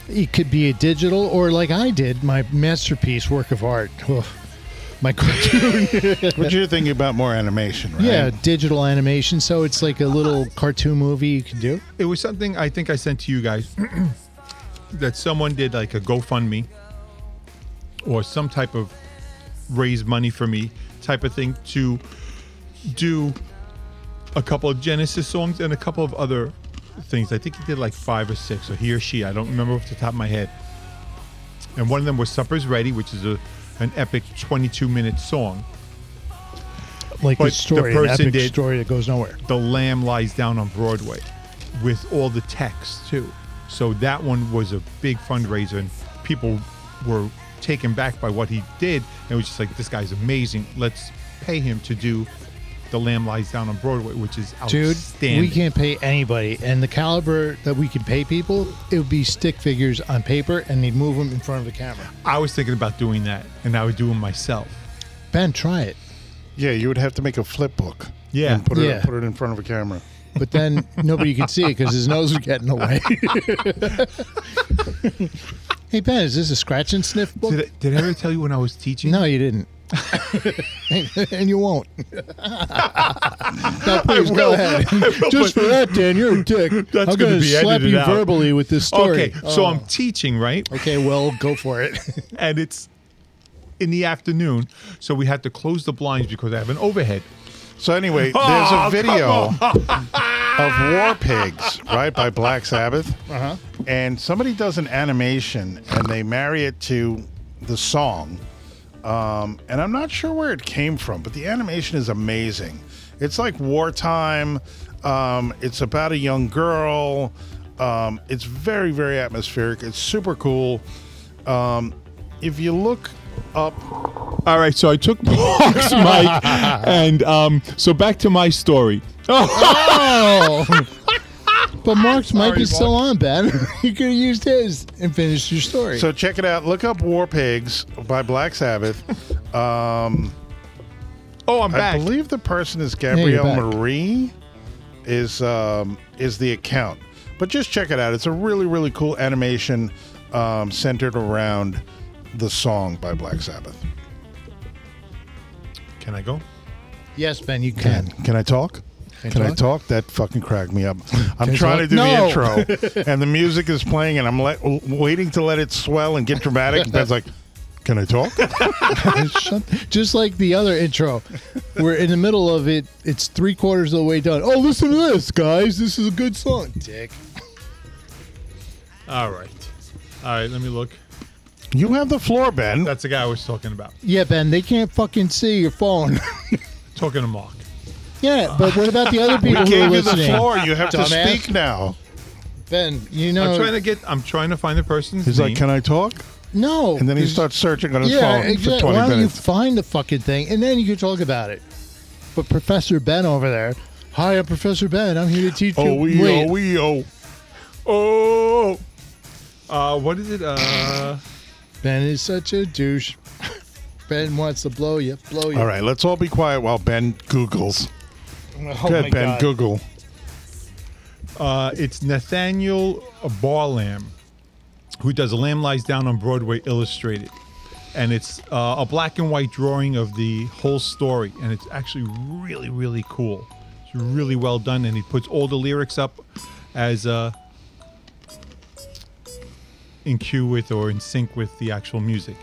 Speaker 2: It could be a digital or like I did my masterpiece work of art. Ugh. my cartoon.
Speaker 3: But you're thinking about more animation, right?
Speaker 2: yeah, digital animation. So it's like a little cartoon movie you can do.
Speaker 1: It was something I think I sent to you guys that someone did like a GoFundMe or some type of raise money for me type of thing to do a couple of Genesis songs and a couple of other things. I think he did like five or six, or he or she. I don't remember off the top of my head. And one of them was "Supper's Ready," which is a an epic 22 minute song.
Speaker 2: like
Speaker 1: But
Speaker 2: the story,
Speaker 1: the
Speaker 2: the
Speaker 1: person
Speaker 2: epic
Speaker 1: did-
Speaker 2: story that goes nowhere.
Speaker 1: The Lamb Lies Down on Broadway with all the text too. So that one was a big fundraiser and people were taken back by what he did and it was just like this guy's amazing. Let's pay him to do The Lamb Lies Down on Broadway, which is
Speaker 2: Dude,
Speaker 1: outstanding.
Speaker 2: we can't pay anybody, and the caliber that we can pay people, it would be stick figures on paper, and they'd move them in front of the camera.
Speaker 1: I was thinking about doing that and I would do it myself.
Speaker 2: Ben, try it,
Speaker 3: Yeah, you would have to make a flip book.
Speaker 1: Yeah.
Speaker 3: And put it
Speaker 2: Yeah.
Speaker 3: put it in front of a camera.
Speaker 2: but then nobody could see it because his nose would get in the way. hey Ben, is this a scratch and sniff book?
Speaker 1: Did I, did I ever tell you when I was teaching?
Speaker 2: no, you didn't, and you won't. now, please go
Speaker 1: will.
Speaker 2: ahead.
Speaker 1: will,
Speaker 2: Just
Speaker 1: but-
Speaker 2: for that, Dan, you're a dick.
Speaker 1: That's
Speaker 2: I'm
Speaker 1: gonna
Speaker 2: gonna
Speaker 1: be
Speaker 2: slap
Speaker 1: edited
Speaker 2: you
Speaker 1: out.
Speaker 2: verbally with this story.
Speaker 1: Okay, so
Speaker 2: Oh.
Speaker 1: I'm teaching, right?
Speaker 2: Okay, well, go for it.
Speaker 1: and it's in the afternoon, so we had to close the blinds because I have an overhead.
Speaker 3: So anyway, there's a video of War Pigs, right, by Black Sabbath. Uh-huh. And somebody does an animation and they marry it to the song. Um, and I'm not sure where it came from, but the animation is amazing. It's like wartime. Um, it's about a young girl. Um, it's very, very atmospheric. It's super cool. Um, if you look up,
Speaker 1: All right, so I took Mark's mic, and um, so back to my story. Oh,
Speaker 2: Oh. But Mark's might
Speaker 1: sorry,
Speaker 2: be still
Speaker 1: Mark.
Speaker 2: on, Ben. you could have used his and finished your story.
Speaker 3: So check it out. Look up War Pigs by Black Sabbath. Um,
Speaker 1: Oh, I'm
Speaker 3: I
Speaker 1: back.
Speaker 3: believe the person is
Speaker 2: you're
Speaker 3: Gabrielle
Speaker 2: back.
Speaker 3: Marie. Is um, is the account? But just check it out. It's a really really cool animation um, centered around the song by Black Sabbath.
Speaker 1: Can I go?
Speaker 2: yes, Ben, you can.
Speaker 3: Can I talk?
Speaker 2: Can
Speaker 3: Can,
Speaker 2: you
Speaker 3: I
Speaker 2: talk?
Speaker 3: talk? That fucking cracked me up. I'm
Speaker 2: you
Speaker 3: trying to
Speaker 2: talk?
Speaker 3: do
Speaker 2: No.
Speaker 3: the intro, and the music is playing, and I'm le- waiting to let it swell and get dramatic. And Ben's like, "Can I talk?"
Speaker 2: Shut- Just like the other intro, we're in the middle of it. It's three quarters of the way done. Oh, listen to this, guys. This is a good song. Dick.
Speaker 1: All right. All right, let me look.
Speaker 3: you have the floor, Ben.
Speaker 1: That's the guy I was talking about.
Speaker 2: Yeah, Ben, they can't fucking see your phone.
Speaker 1: Talking to Mark.
Speaker 2: yeah, but what about the other people who are
Speaker 3: gave you the
Speaker 2: listening?
Speaker 3: floor. You have to
Speaker 2: Dumbass.
Speaker 3: speak now.
Speaker 2: Ben, you
Speaker 1: I'm
Speaker 2: know,
Speaker 1: trying to get I'm trying to find the person's
Speaker 3: He's
Speaker 1: name.
Speaker 3: like, "Can I talk?"
Speaker 2: no.
Speaker 3: And then he
Speaker 2: There's-
Speaker 3: starts searching on his
Speaker 2: Yeah,
Speaker 3: phone for
Speaker 2: exactly.
Speaker 3: 20
Speaker 2: Why don't you
Speaker 3: minutes.
Speaker 2: find the fucking thing and then you can talk about it? But Professor Ben over there, hi, I'm Professor Ben. I'm here to teach you.
Speaker 3: oh, we
Speaker 2: Wait,
Speaker 3: oh, we oh.
Speaker 1: Oh. Uh, what is it? Uh,
Speaker 2: Ben is such a douche. Ben wants to blow you, blow you.
Speaker 3: All right, let's all be quiet while Ben Googles.
Speaker 2: Oh
Speaker 3: Good,
Speaker 2: my
Speaker 3: Ben,
Speaker 2: God.
Speaker 3: Google.
Speaker 1: uh, it's Nathaniel Barlam, who does Lamb Lies Down on Broadway Illustrated. And it's uh, a black and white drawing of the whole story. And it's actually really, really cool. It's really well done. And he puts all the lyrics up as uh, in cue with or in sync with the actual music.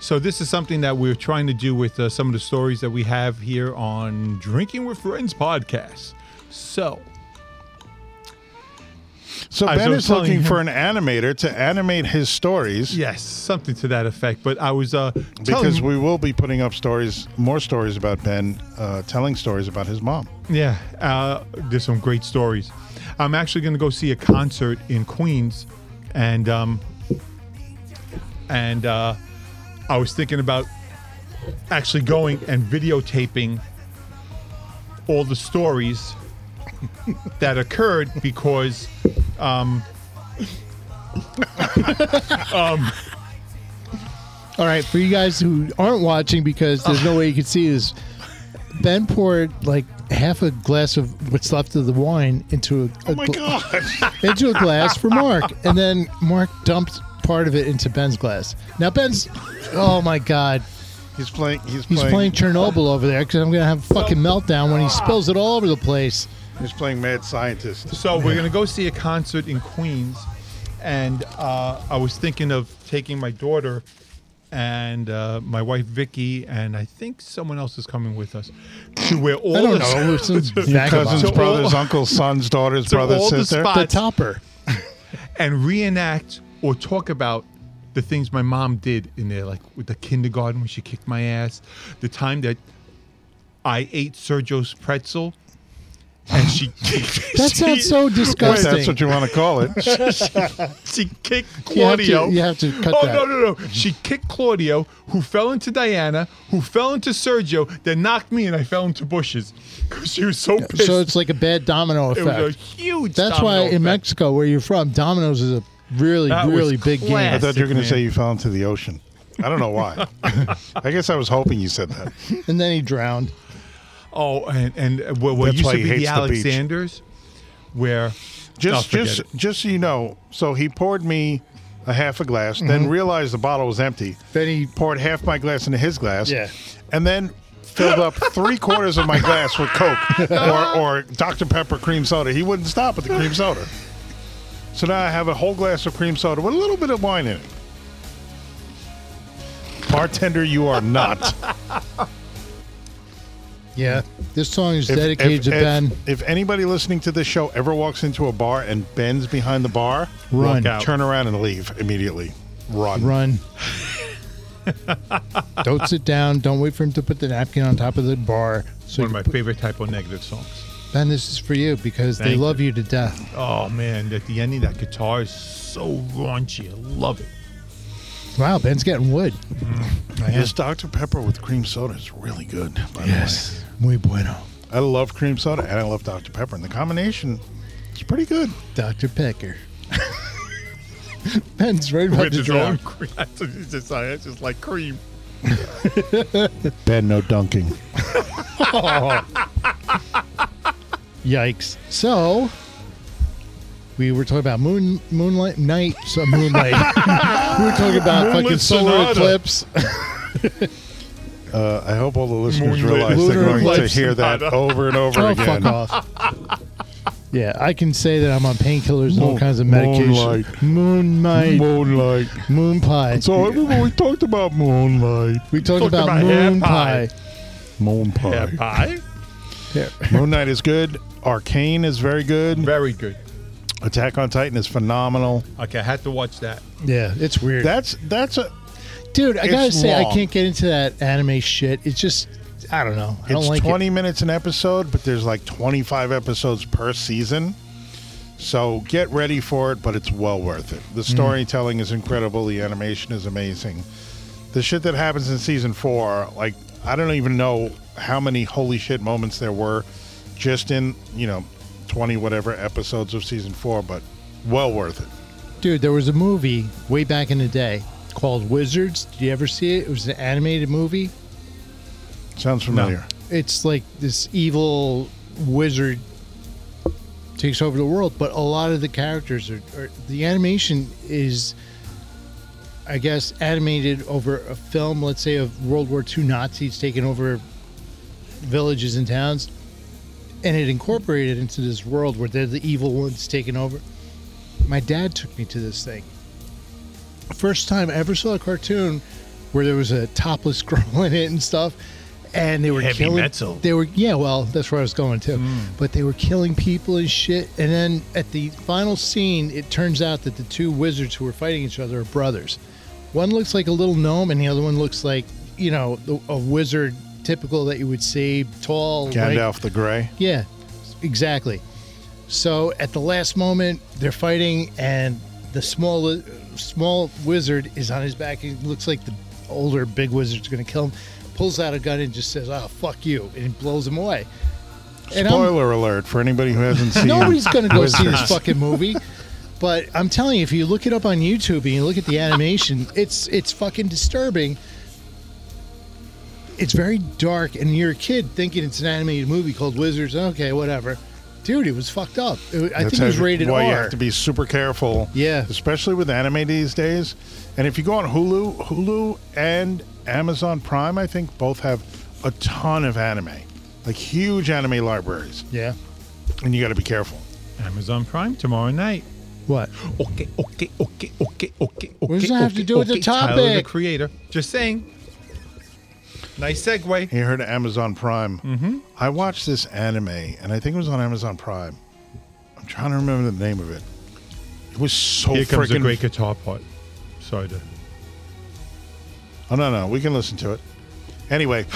Speaker 1: So this is something that we're trying to do with uh, some of the stories that we have here on Drinking with Friends podcast. So
Speaker 3: So
Speaker 1: As I
Speaker 3: Ben
Speaker 1: was
Speaker 3: is looking
Speaker 1: telling
Speaker 3: for an
Speaker 1: him-
Speaker 3: animator to animate his stories
Speaker 1: Yes, something to that effect. But I was uh, telling,
Speaker 3: because we will be putting up stories, more stories about Ben uh, telling stories about his mom.
Speaker 1: yeah, uh, there's some great stories. I'm actually going to go see a concert in Queens, and um, and uh, I was thinking about actually going and videotaping all the stories that occurred because
Speaker 2: All right, for you guys who aren't watching because there's no way you can see this, Ben poured like half a glass of what's left of the wine into a, a gla-
Speaker 3: Oh God!
Speaker 2: into a glass for Mark, and then Mark dumped part of it into Ben's glass. Now Ben's, oh my God,
Speaker 3: he's playing. He's,
Speaker 2: he's
Speaker 3: playing.
Speaker 2: playing Chernobyl over there because I'm gonna have a fucking meltdown when he spills it all over the place.
Speaker 3: He's playing mad scientist.
Speaker 1: So we're gonna go see a concert in Queens, and uh, I was thinking of taking my daughter and uh, my wife Vicky, and I think someone else is coming with us to where all
Speaker 2: I don't
Speaker 1: the
Speaker 2: know. It's some
Speaker 3: Cousins,
Speaker 1: So
Speaker 2: vagabond.
Speaker 1: all-
Speaker 3: brothers, uncles, sons, daughters,
Speaker 1: So
Speaker 3: brothers,
Speaker 1: all the
Speaker 3: sister.
Speaker 1: spot-
Speaker 2: the topper.
Speaker 1: and reenact or talk about the things my mom did in there, like with the kindergarten when she kicked my ass, the time that I ate Sergio's pretzel, and she
Speaker 2: That sounds so
Speaker 3: If
Speaker 2: disgusting.
Speaker 3: that's what you want to call it.
Speaker 1: she kicked
Speaker 2: You have to-
Speaker 1: Claudio.
Speaker 2: you have to cut
Speaker 1: oh
Speaker 2: that.
Speaker 1: no no no! She kicked Claudio, who fell into Diana, who fell into Sergio, then knocked me, and I fell into bushes because she was so pissed.
Speaker 2: so it's like a bad domino
Speaker 1: it was a
Speaker 2: effect.
Speaker 1: huge.
Speaker 2: That's why
Speaker 1: domino
Speaker 2: in
Speaker 1: effect.
Speaker 2: Mexico, where you're from, Domino's is a really,
Speaker 1: That was
Speaker 2: really big
Speaker 1: class.
Speaker 3: I
Speaker 2: game.
Speaker 3: thought you were
Speaker 1: Sick
Speaker 3: going to
Speaker 1: man.
Speaker 3: say you fell into the ocean. I don't know why. I guess I was hoping you said that.
Speaker 2: And then he drowned.
Speaker 1: Oh, and and uh, what, what
Speaker 3: That's
Speaker 1: used
Speaker 3: why
Speaker 1: to
Speaker 3: he
Speaker 1: be the
Speaker 3: hates the beach.
Speaker 1: Alexanders, where Oh,
Speaker 3: Just,
Speaker 1: forget
Speaker 3: just,
Speaker 1: it.
Speaker 3: just so you know. So he poured me a half a glass,
Speaker 1: Mm-hmm.
Speaker 3: then realized the bottle was empty.
Speaker 2: Then he-
Speaker 3: poured half my glass into his glass.
Speaker 2: Yeah.
Speaker 3: and then filled up three quarters of my glass with Coke or, or Dr Pepper cream soda. He wouldn't stop at the cream soda. So now I have a whole glass of cream soda with a little bit of wine in it. Bartender, you are not.
Speaker 2: Yeah. This song is
Speaker 3: If-
Speaker 2: dedicated
Speaker 3: if-
Speaker 2: to
Speaker 3: if-
Speaker 2: Ben.
Speaker 3: If anybody listening to this show ever walks into a bar and bends behind the bar,
Speaker 2: Run.
Speaker 3: walk out. turn around and leave immediately. Run.
Speaker 2: Run. Don't sit down. Don't wait for him to put the napkin on top of the bar. So
Speaker 1: one of my favorite typo negative songs.
Speaker 2: Ben, this is for you because they
Speaker 1: Thank
Speaker 2: love you to death.
Speaker 1: Oh man, at the ending that guitar is so raunchy. I love it.
Speaker 2: Wow, Ben's getting wood.
Speaker 3: This Dr Pepper with cream soda is really good. By
Speaker 2: Muy bueno.
Speaker 3: the way, I love cream soda and I love Dr Pepper, and the combination It's pretty good.
Speaker 2: Dr. Pecker. Ben's right about
Speaker 1: with
Speaker 2: to
Speaker 1: his own
Speaker 2: drop.
Speaker 1: cream. It's just, it's just like cream.
Speaker 3: Ben, no dunking.
Speaker 2: Yikes. So, we were talking about moon moonlight night, so moonlight. we were talking about fucking
Speaker 1: Moonlit
Speaker 2: solar
Speaker 1: Sonata.
Speaker 2: eclipse.
Speaker 3: Uh, I hope all the listeners
Speaker 1: Moonlit-
Speaker 3: realize
Speaker 2: Lunar
Speaker 3: they're going to
Speaker 2: eclipse
Speaker 3: hear that
Speaker 1: Sonata.
Speaker 3: over and over
Speaker 2: Oh,
Speaker 3: again.
Speaker 2: fuck off. Yeah, I can say that I'm on painkillers and all
Speaker 3: Moon-
Speaker 2: kinds of medication.
Speaker 3: moonlight.
Speaker 2: Moonlight.
Speaker 3: Moonlight.
Speaker 2: moon pie.
Speaker 3: So everyone, we talked about moonlight,
Speaker 2: we talked
Speaker 1: talked
Speaker 2: about,
Speaker 1: about hair
Speaker 2: moon
Speaker 1: pie.
Speaker 2: pie.
Speaker 3: moon
Speaker 1: Yeah,
Speaker 3: pie.
Speaker 1: pie.
Speaker 3: moon Knight is good. Arcane is very good.
Speaker 1: Very good.
Speaker 3: Attack on Titan is phenomenal.
Speaker 1: Okay, I had to watch that.
Speaker 2: Yeah, it's weird.
Speaker 3: That's that's a.
Speaker 2: Dude, I
Speaker 3: It's
Speaker 2: gotta say, I
Speaker 3: long.
Speaker 2: can't get into that anime shit. It's just, I don't know. I don't
Speaker 3: It's
Speaker 2: like it.
Speaker 3: twenty minutes an episode, but there's like twenty five episodes per season. So get ready for it, but it's well worth it.
Speaker 2: Mm.
Speaker 3: The storytelling is incredible. The animation is amazing. The shit that happens in season four, like I don't even know how many holy shit moments there were, just in you know twenty whatever episodes of season four, but well worth it.
Speaker 2: Dude, there was a movie way back in the day called Wizards. Did you ever see it? It was an animated movie.
Speaker 3: Sounds familiar.
Speaker 2: It's like this evil wizard takes over the world, but a lot of the characters are, are the animation is, I guess, animated over a film, let's say, of World War II Nazis taking over villages and towns. And it incorporated into this world where they're the evil ones taking over. My dad took me to this thing. First time I ever saw a cartoon where there was a topless girl in it and stuff. And they were
Speaker 1: Heavy
Speaker 2: killing.
Speaker 1: metal.
Speaker 2: They were yeah. Well, that's where I was going to. But they were killing people and shit. And then at the final scene, it turns out that the two wizards who were fighting each other are brothers. One looks like a little gnome, and the other one looks like you know the- a wizard typical that you would see, tall, like-
Speaker 3: Gandalf the Grey.
Speaker 2: yeah, exactly. So at the last moment, they're fighting, and the small uh, small wizard is on his back. He looks like the older big wizard's going to kill him. Pulls out a gun and just says, "Oh fuck you!" and blows him away. And I'm-
Speaker 3: Spoiler alert for anybody who hasn't seen.
Speaker 2: Nobody's going to go see this
Speaker 3: Wizards.
Speaker 2: fucking movie. But I'm telling you, if you look it up on YouTube and you look at the animation, it's it's fucking disturbing. It's very dark, and you're a kid thinking it's an animated movie called Wizards. Okay, whatever, dude. It was fucked up. It- I think it was
Speaker 3: how-
Speaker 2: rated
Speaker 3: why
Speaker 2: R.
Speaker 3: you have to be super careful.
Speaker 2: Yeah.
Speaker 3: Especially with anime these days. And if you go on Hulu, Hulu and Amazon Prime, I think both have a ton of anime, like huge anime libraries.
Speaker 2: yeah.
Speaker 3: And you got to be careful.
Speaker 1: Amazon Prime tomorrow night.
Speaker 2: What?
Speaker 1: Okay, okay, okay, okay, okay, okay.
Speaker 2: does that have to
Speaker 1: okay,
Speaker 2: do with the
Speaker 1: okay, Tyler, the
Speaker 2: topic?
Speaker 1: creator. Just saying. Nice segue.
Speaker 3: You heard of Amazon Prime. Mm-hmm. I watched this anime, and I think it was on Amazon Prime. I'm trying to remember the name of it. It was so
Speaker 1: Here comes the
Speaker 3: freaking
Speaker 1: great guitar part. Sorry to.
Speaker 3: Oh no, no, we can listen to it. Anyway, it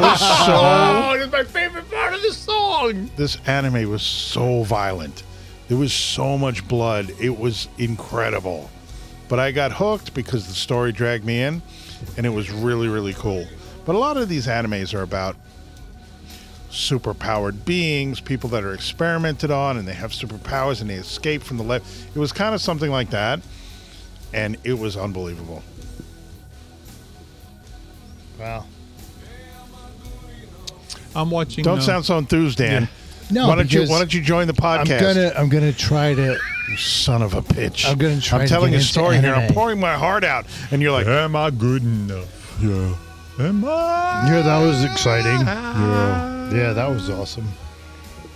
Speaker 3: was so.
Speaker 1: it's Oh, my favorite part of the song.
Speaker 3: This anime was so violent. There was so much blood. It was incredible. But I got hooked because the story dragged me in, and it was really, really cool. But a lot of these animes are about superpowered beings, people that are experimented on, and they have superpowers and they escape from the left. It was kind of something like that, and it was unbelievable.
Speaker 2: Wow.
Speaker 1: I'm watching.
Speaker 3: Don't
Speaker 1: uh,
Speaker 3: sound so enthused, Dan.
Speaker 2: No,
Speaker 3: why don't you
Speaker 2: because
Speaker 3: Why don't you join the
Speaker 2: I'm
Speaker 3: podcast?
Speaker 2: gonna I'm gonna try to.
Speaker 3: You son of a bitch!
Speaker 2: I'm gonna try
Speaker 3: I'm
Speaker 2: to
Speaker 3: telling
Speaker 2: get
Speaker 3: a
Speaker 2: into
Speaker 3: story here. I'm
Speaker 2: anime.
Speaker 3: pouring my heart out, and you're like,
Speaker 1: Am I good enough?
Speaker 3: yeah,
Speaker 1: Am I?
Speaker 2: Yeah, that was exciting. Yeah. Yeah, that was awesome.
Speaker 3: "Ah."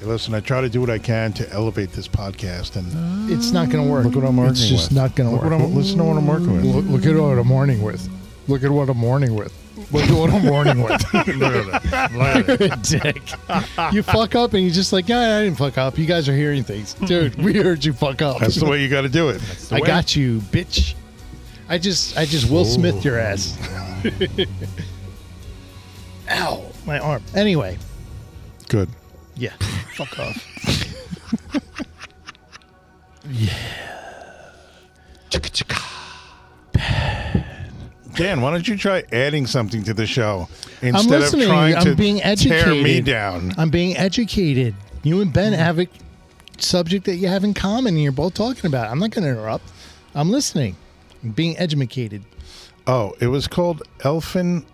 Speaker 3: Hey, listen. I try to do what I can to elevate this podcast, and
Speaker 2: It's not gonna work.
Speaker 3: look what I'm working
Speaker 2: It's just
Speaker 3: with.
Speaker 2: not gonna
Speaker 3: look
Speaker 2: work.
Speaker 3: What I'm, listen to what I'm working with.
Speaker 2: Look, look at what I'm morning with. Look at what I'm morning with. Look at what I'm morning with. Dick. You fuck up and you're just like, yeah, I didn't fuck up. You guys are hearing things. Dude, we heard you fuck up.
Speaker 3: That's the way you got to do it.
Speaker 2: I got you, bitch. I just I just Will Smith your ass. Ow, my arm. Anyway,
Speaker 3: Good.
Speaker 2: yeah. Fuck off.
Speaker 3: Dan, why don't you try adding something to the show instead of
Speaker 2: listening.
Speaker 3: trying
Speaker 2: I'm
Speaker 3: to
Speaker 2: being
Speaker 3: tear me
Speaker 2: educated.
Speaker 3: down?
Speaker 2: I'm being educated. You and Ben have it subject that you have in common and you're both talking about. I'm not going to interrupt. I'm listening. I'm being educated.
Speaker 3: Oh, it was called Elfin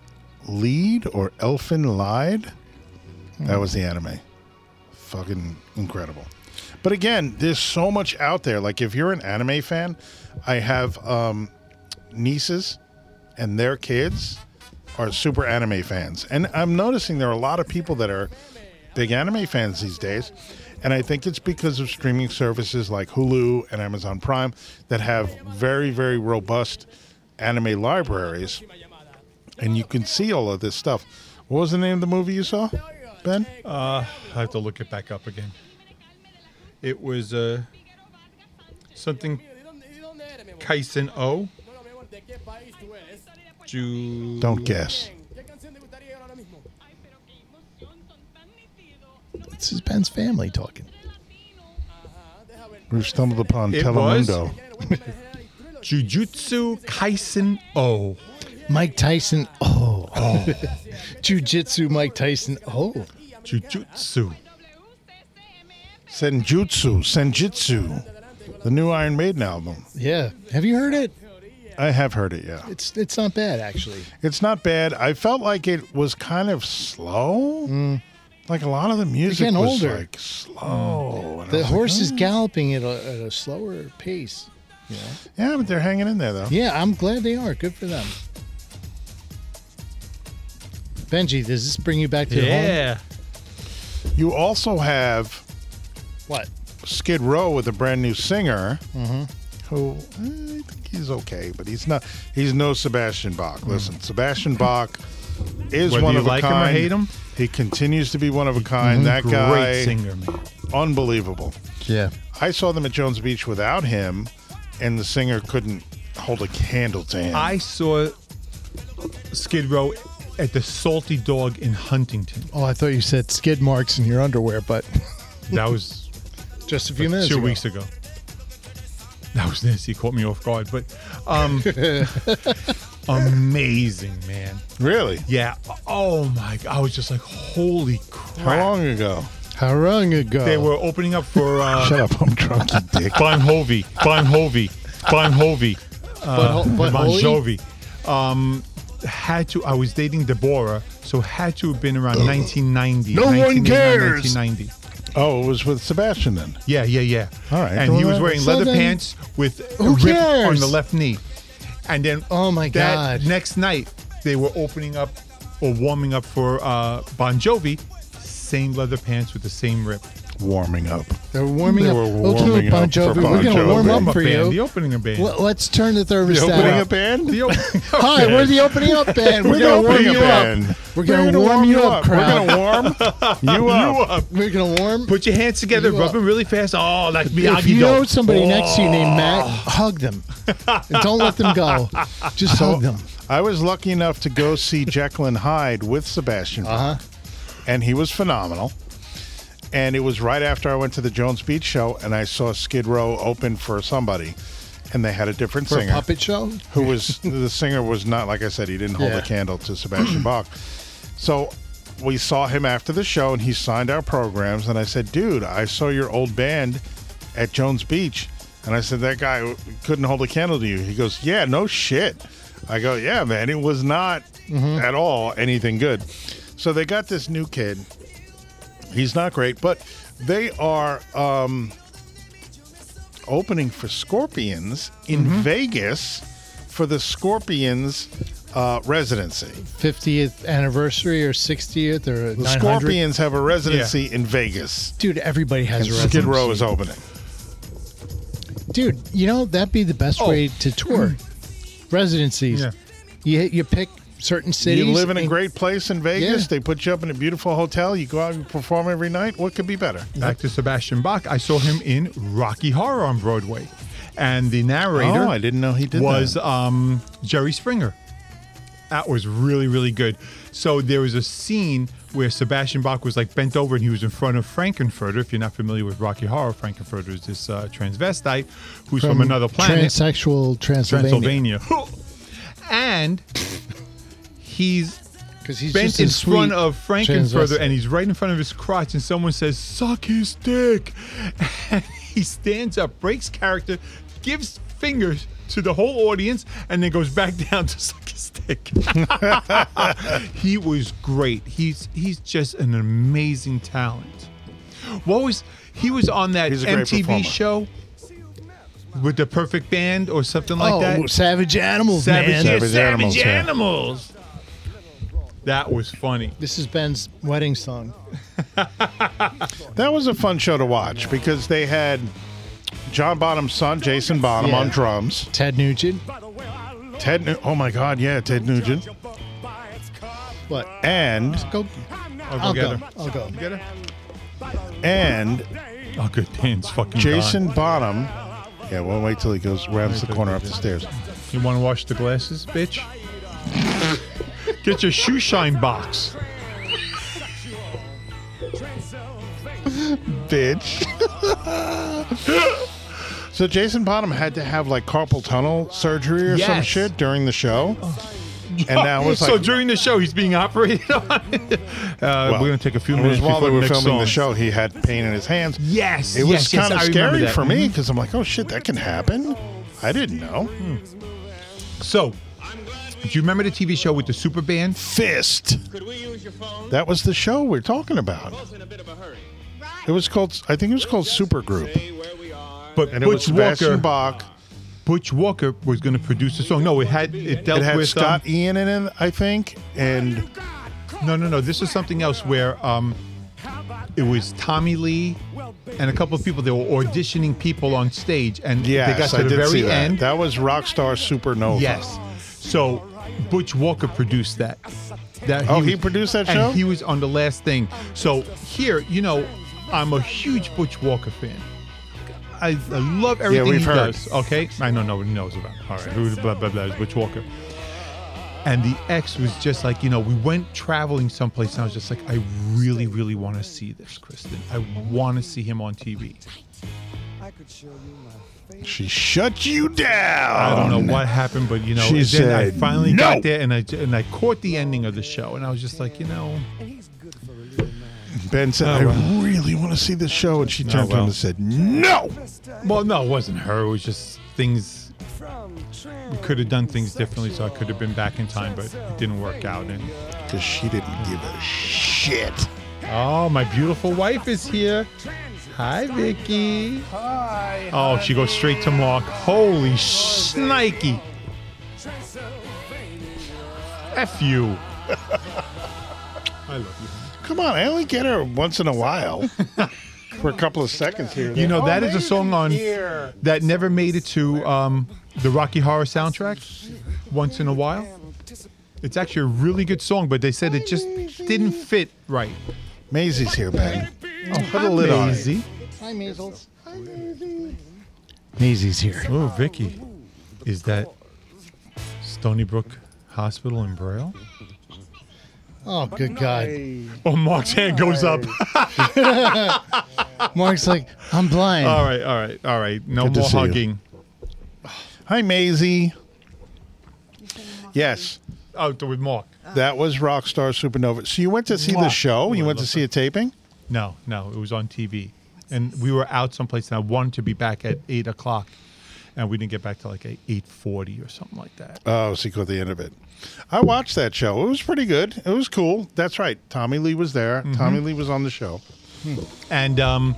Speaker 3: Lead or Elfin Lied. That was the anime. Fucking incredible. But again, there's so much out there. Like if you're an anime fan, I have um, nieces and their kids are super anime fans. And I'm noticing there are a lot of people that are big anime fans these days. And I think it's because of streaming services like Hulu and Amazon Prime that have very, very robust anime libraries. And you can see all of this stuff. What was the name of the movie you saw, Ben?
Speaker 1: Uh, I have to look it back up again. It was uh, something Kaisen O. Ju-
Speaker 3: Don't guess.
Speaker 2: This is Ben's family talking.
Speaker 3: We've stumbled upon
Speaker 1: It was?
Speaker 3: Telemundo.
Speaker 1: Jujutsu Kaisen O.
Speaker 2: Mike Tyson. Oh. oh. Jiu Jitsu Mike Tyson. Oh.
Speaker 1: Jujutsu.
Speaker 3: Senjutsu, Senjutsu, the new Iron Maiden album.
Speaker 2: Yeah. Have you heard it?
Speaker 3: I have heard it, yeah.
Speaker 2: It's it's not bad actually.
Speaker 3: It's not bad. I felt like it was kind of slow. Like a lot of the music
Speaker 2: Mm. getting
Speaker 3: was
Speaker 2: older.
Speaker 3: like slow. And I
Speaker 2: The
Speaker 3: was like, "Oh."
Speaker 2: horse is galloping at a, at a slower pace.
Speaker 3: yeah, but they're hanging in there though.
Speaker 2: Yeah, I'm glad they are. Good for them. Benji, does this bring you back to your home?
Speaker 1: Yeah.
Speaker 3: You also have
Speaker 2: What?
Speaker 3: Skid Row with a brand new singer,
Speaker 1: Mm-hmm.
Speaker 3: who eh, I think he's okay, but he's not. He's no Sebastian Bach. Listen, Sebastian Bach is
Speaker 1: Mm. Whether
Speaker 3: one
Speaker 1: you
Speaker 3: of a
Speaker 1: like him or
Speaker 3: kind.
Speaker 1: hate him? Mm-hmm.
Speaker 3: he continues to be one of a kind. That
Speaker 1: Great
Speaker 3: guy,
Speaker 1: singer, man.
Speaker 3: unbelievable.
Speaker 2: Yeah.
Speaker 3: I saw them at Jones Beach without him, and the singer couldn't hold a candle to him.
Speaker 1: I saw Skid Row at the Salty Dog in Huntington.
Speaker 2: Oh, I thought you said skid marks in your underwear, but
Speaker 1: That was
Speaker 2: just a few minutes.
Speaker 1: two
Speaker 2: ago.
Speaker 1: weeks ago. That was this. He caught me off guard, but um, amazing, man.
Speaker 3: really?
Speaker 1: Yeah. Oh my! I was just like, holy crap!
Speaker 3: How long ago?
Speaker 2: How long ago?
Speaker 1: They were opening up for
Speaker 3: Shut
Speaker 1: uh,
Speaker 3: up, I'm drunk, you dick.
Speaker 1: Bon Jovi, Bon Jovi, Bon Jovi, uh,
Speaker 2: Bon Ho- Bon
Speaker 1: Bon
Speaker 2: Jovi?
Speaker 1: Jovi. Um, had to. I was dating Deborah, so had to have been around
Speaker 2: Oh.
Speaker 1: 1990.
Speaker 3: No one
Speaker 1: 1989,
Speaker 3: cares.
Speaker 1: 1990.
Speaker 3: Oh, it was with Sebastian then.
Speaker 1: Yeah, yeah, yeah.
Speaker 3: All right.
Speaker 1: And he
Speaker 3: Well,
Speaker 1: was wearing
Speaker 2: uh, so
Speaker 1: leather
Speaker 2: then-
Speaker 1: pants with a
Speaker 2: Who
Speaker 1: rip on
Speaker 2: cares?
Speaker 1: the left knee. And then
Speaker 2: Oh, my
Speaker 1: that
Speaker 2: God.
Speaker 1: Next night they were opening up or warming up for uh, Bon Jovi, same leather pants with the same rip.
Speaker 3: Warming up.
Speaker 2: They were warming
Speaker 3: They
Speaker 2: up.
Speaker 3: were
Speaker 2: okay,
Speaker 3: warming
Speaker 2: Bon
Speaker 3: up for
Speaker 2: Jovi,
Speaker 3: Bon
Speaker 2: we're gonna
Speaker 3: Jovi.
Speaker 2: warm
Speaker 1: Warm
Speaker 2: up
Speaker 1: up
Speaker 2: for
Speaker 1: band, the
Speaker 2: you.
Speaker 1: opening up band.
Speaker 2: Well, let's turn the
Speaker 3: The
Speaker 2: thermostat
Speaker 3: opening
Speaker 2: up.
Speaker 3: up band?
Speaker 1: the opening up
Speaker 2: Hi,
Speaker 1: band.
Speaker 2: we're the opening up band. We're gonna warm
Speaker 3: opening
Speaker 2: you
Speaker 3: up
Speaker 2: up.
Speaker 3: band.
Speaker 2: We're gonna warm you up,
Speaker 3: We're
Speaker 2: crowd.
Speaker 3: gonna warm you
Speaker 1: You
Speaker 3: up.
Speaker 1: up.
Speaker 2: We're gonna warm.
Speaker 1: Put your hands together,
Speaker 2: You
Speaker 1: rub
Speaker 2: up.
Speaker 1: them really fast. Oh, that's me.
Speaker 2: If you know somebody next to you named
Speaker 1: Oh.
Speaker 2: Matt, hug them. And don't let them go. Just hug them.
Speaker 3: I was lucky enough to go see Jekyll and Hyde with Sebastian,
Speaker 1: uh-huh,
Speaker 2: Uh huh.
Speaker 3: and he was phenomenal. And it was right after I went to the Jones Beach show, and I saw Skid Row open for somebody, and they had a different
Speaker 2: For a
Speaker 3: singer.
Speaker 2: puppet show.
Speaker 3: who was the singer was not like I said he didn't hold
Speaker 2: Yeah.
Speaker 3: a candle to Sebastian Bach. So we saw him after the show and he signed our programs and I said, "Dude, I saw your old band at Jones Beach." And I said, "That guy couldn't hold a candle to you." He goes, "Yeah, no shit." I go, "Yeah, man, it was not at all anything good." So they got this new kid. He's not great, but they are um, opening for Scorpions in
Speaker 2: Mm-hmm.
Speaker 3: Vegas for the Scorpions uh, residency.
Speaker 2: 50th anniversary or 60th or
Speaker 3: The
Speaker 2: 900th.
Speaker 3: Scorpions have a residency in Vegas.
Speaker 2: Dude, everybody
Speaker 3: And
Speaker 2: has a residency.
Speaker 3: Skid Row is opening.
Speaker 2: Dude, you know that'd be the best
Speaker 1: Oh. Mm.
Speaker 2: way to tour residencies.
Speaker 1: Yeah.
Speaker 2: You you pick certain cities.
Speaker 3: you live in a
Speaker 2: and-
Speaker 3: great place in Vegas.
Speaker 2: Yeah.
Speaker 3: They put you up in a beautiful hotel. You go out and perform every night. What could be better?
Speaker 1: Back to Sebastian Bach. I saw him in Rocky Horror on Broadway, and the narrator
Speaker 3: Oh, I didn't know he did
Speaker 1: was
Speaker 3: that.
Speaker 1: um, Jerry Springer. That was really really good. So there was a scene where Sebastian Bach was like bent over and he was in front of Frankenfurter. If you're not familiar with Rocky Horror, Frankenfurter is this uh, transvestite who's from, another planet,
Speaker 2: Transsexual Transylvania.
Speaker 1: Transylvania, and he's
Speaker 2: because he's
Speaker 1: bent
Speaker 2: just a
Speaker 1: in
Speaker 2: sweet
Speaker 1: front of
Speaker 2: transvestite.
Speaker 1: Frankenfurter and he's right in front of his crotch and someone says, Suck his dick. And he stands up, breaks character, gives fingers to the whole audience, and then goes back down to suck his dick. he was great. He's he's just an amazing talent. What was he was on that
Speaker 3: He's a great
Speaker 1: MTV
Speaker 3: performer.
Speaker 1: show with the perfect band or something like
Speaker 2: oh,
Speaker 1: that?
Speaker 2: savage animals, man.
Speaker 1: Savage, yeah,
Speaker 3: Savage Animals,
Speaker 1: Savage
Speaker 3: yeah.
Speaker 1: Animals. That was funny.
Speaker 2: This is Ben's wedding song.
Speaker 3: That was a fun show to watch because they had John Bonham's son, Jason Bonham,
Speaker 2: Yeah.
Speaker 3: on drums.
Speaker 2: Ted Nugent.
Speaker 3: Ted, Nu- oh my God, yeah, Ted Nugent,
Speaker 2: What?
Speaker 3: and
Speaker 2: Go.
Speaker 1: I'll
Speaker 2: I'll
Speaker 1: go
Speaker 2: go.
Speaker 1: get her.
Speaker 2: I'll go.
Speaker 1: Get her.
Speaker 3: and
Speaker 1: Oh, good Dan's fucking
Speaker 3: Jason Bonham. Yeah, we'll wait till he goes rounds the corner up the stairs.
Speaker 1: gone. You want to wash the glasses, bitch? Get your shoe shine box.
Speaker 3: Bitch. so Jason Bonham had to have like carpal tunnel surgery or some
Speaker 1: Yes.
Speaker 3: shit during the show, and that was like
Speaker 1: so during the show, he's being operated on. uh, we're gonna take a few
Speaker 3: it was
Speaker 1: minutes
Speaker 3: while
Speaker 1: before
Speaker 3: they were
Speaker 1: the next
Speaker 3: filming the
Speaker 1: song.
Speaker 3: show. He had pain in his hands.
Speaker 1: Yes,
Speaker 3: It
Speaker 1: yes,
Speaker 3: was
Speaker 1: yes,
Speaker 3: kind of
Speaker 1: I remember
Speaker 3: scary
Speaker 1: that. Mm-hmm.
Speaker 3: for me because I'm like, oh shit, that can happen. I didn't know.
Speaker 1: So, do you remember the TV show with the super band?
Speaker 3: Fist. That was the show we're talking about. It was called, I think it was called Supergroup.
Speaker 1: But
Speaker 3: And it
Speaker 1: Butch
Speaker 3: was Sebastian
Speaker 1: Walker.
Speaker 3: Bach.
Speaker 1: Butch Walker was gonna produce the song. No, it had it dealt
Speaker 3: It had
Speaker 1: with
Speaker 3: Scott
Speaker 1: um,
Speaker 3: Ian in it, I think. And
Speaker 1: No, no, no. This is something else where um, it was Tommy Lee and a couple of people. They were auditioning people on stage, and they got
Speaker 3: yes,
Speaker 1: to
Speaker 3: I
Speaker 1: the
Speaker 3: did
Speaker 1: very
Speaker 3: see that.
Speaker 1: end.
Speaker 3: That was Rockstar Supernova.
Speaker 1: yes. So Butch Walker produced that. That
Speaker 3: Oh, he produced that
Speaker 1: and
Speaker 3: show?
Speaker 1: He was on the last thing. So here, you know, I'm a huge Butch Walker fan. I, I love everything
Speaker 3: we've
Speaker 1: he
Speaker 3: heard.
Speaker 1: does. Okay, I know nobody knows about. All right, who blah blah blah is Butch Walker. And the ex was just like, you know, we went traveling someplace, and I was just like, I really, really want to see this, Kristen. I want to see him on TV.
Speaker 3: She shut you down.
Speaker 1: I don't know what happened, but you know,
Speaker 3: She
Speaker 1: and then I
Speaker 3: said
Speaker 1: finally
Speaker 3: no.
Speaker 1: got there and I and I caught the ending of the show, and I was just like, you know,
Speaker 3: Ben said,
Speaker 1: Oh, well. Oh,
Speaker 3: I really want to see this show. And she turned to
Speaker 1: well.
Speaker 3: him and said, No.
Speaker 1: well, no, it wasn't her. It was just things. We could have done things differently, so I could have been back in time, but it didn't work out. And
Speaker 3: Because she didn't give a shit.
Speaker 1: oh, my beautiful wife is here. Hi, Vicky. Hi. Oh, she goes straight to Mark. Holy shnikey. F you. I love you.
Speaker 3: Come on, I only get her once in a while. For a couple of seconds here. Oh,
Speaker 1: You know, that
Speaker 3: that is
Speaker 1: is a song on that never made it to um, the Rocky Horror soundtrack once in a while. It's actually a really good song, but they said it just didn't fit right.
Speaker 3: Maisie's here, Ben.
Speaker 1: Oh,
Speaker 3: put a lid on it.
Speaker 1: Maisie.
Speaker 2: Hi, Measles. Maisie's here.
Speaker 1: Oh, Vicky. Is that Stony Brook Hospital in Braille?
Speaker 2: Oh, good God.
Speaker 1: Oh, Mark's hand goes up.
Speaker 2: Mark's like, I'm blind.
Speaker 1: all right, all right, all right. No
Speaker 3: Good to
Speaker 1: more
Speaker 3: see you.
Speaker 1: hugging.
Speaker 3: Hi, Maisie. Yes,
Speaker 1: Oh, with Mark.
Speaker 3: that was Rockstar Supernova. So you went to see the
Speaker 1: Mwah.
Speaker 3: show? You
Speaker 1: Ooh, I
Speaker 3: went to
Speaker 1: love
Speaker 3: see a taping?
Speaker 1: No, no, it was on TV. And we were out someplace, and I wanted to be back at eight o'clock, and we didn't get back to like eight forty or something like that.
Speaker 3: Oh, so you caught the end of it. I watched that show. It was pretty good. It was cool. That's right. Tommy Lee was there.
Speaker 1: Mm-hmm.
Speaker 3: Tommy Lee was on the show.
Speaker 1: And um,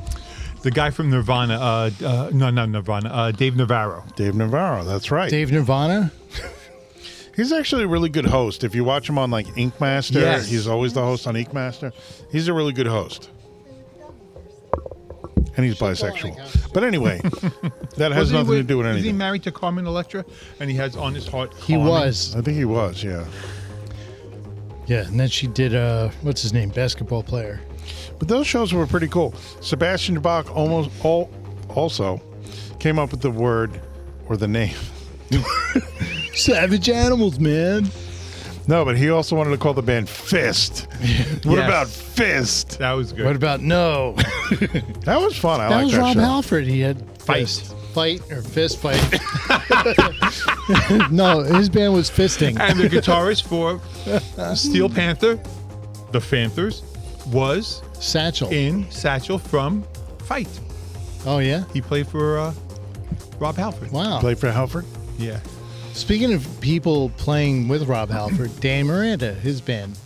Speaker 1: the guy from Nirvana, uh, uh, no, not Nirvana, uh, Dave Navarro.
Speaker 3: Dave Navarro. That's right.
Speaker 2: Dave Nirvana.
Speaker 3: He's actually a really good host. If you watch him on like Ink Master,
Speaker 1: Yes.
Speaker 3: he's always the host on Ink Master. He's a really good host. And he's bisexual. But anyway, that has
Speaker 1: Wasn't
Speaker 3: nothing
Speaker 1: he
Speaker 3: to
Speaker 1: with-
Speaker 3: do with
Speaker 1: Is he
Speaker 3: anything.
Speaker 1: married to Carmen Electra? And he has on his heart. Carmen.
Speaker 2: He was.
Speaker 3: I think he was, yeah.
Speaker 2: Yeah, and then she did, uh, what's his name? Basketball player.
Speaker 3: But those shows were pretty cool. Sebastian Bach almost all also came up with the word or the name.
Speaker 2: Savage animals, man.
Speaker 3: No, but he also wanted to call the band Fist. what
Speaker 1: Yes.
Speaker 3: about Fist?
Speaker 1: That was good.
Speaker 2: What about no?
Speaker 3: That was fun. I
Speaker 2: that
Speaker 3: like
Speaker 2: was
Speaker 3: that
Speaker 2: Rob
Speaker 3: show.
Speaker 2: Halford. He had
Speaker 1: Feist.
Speaker 2: Feist. fight or fist fight. no, his band was fisting.
Speaker 1: and the guitarist for Steel Panther, the Panthers, was
Speaker 2: Satchel.
Speaker 1: in Satchel from Fight.
Speaker 2: Oh yeah.
Speaker 1: He played for uh, Rob Halford.
Speaker 2: Wow.
Speaker 3: Play for Halford?
Speaker 1: Yeah.
Speaker 2: Speaking of people playing with Rob Halford, Dan Miranda, his band,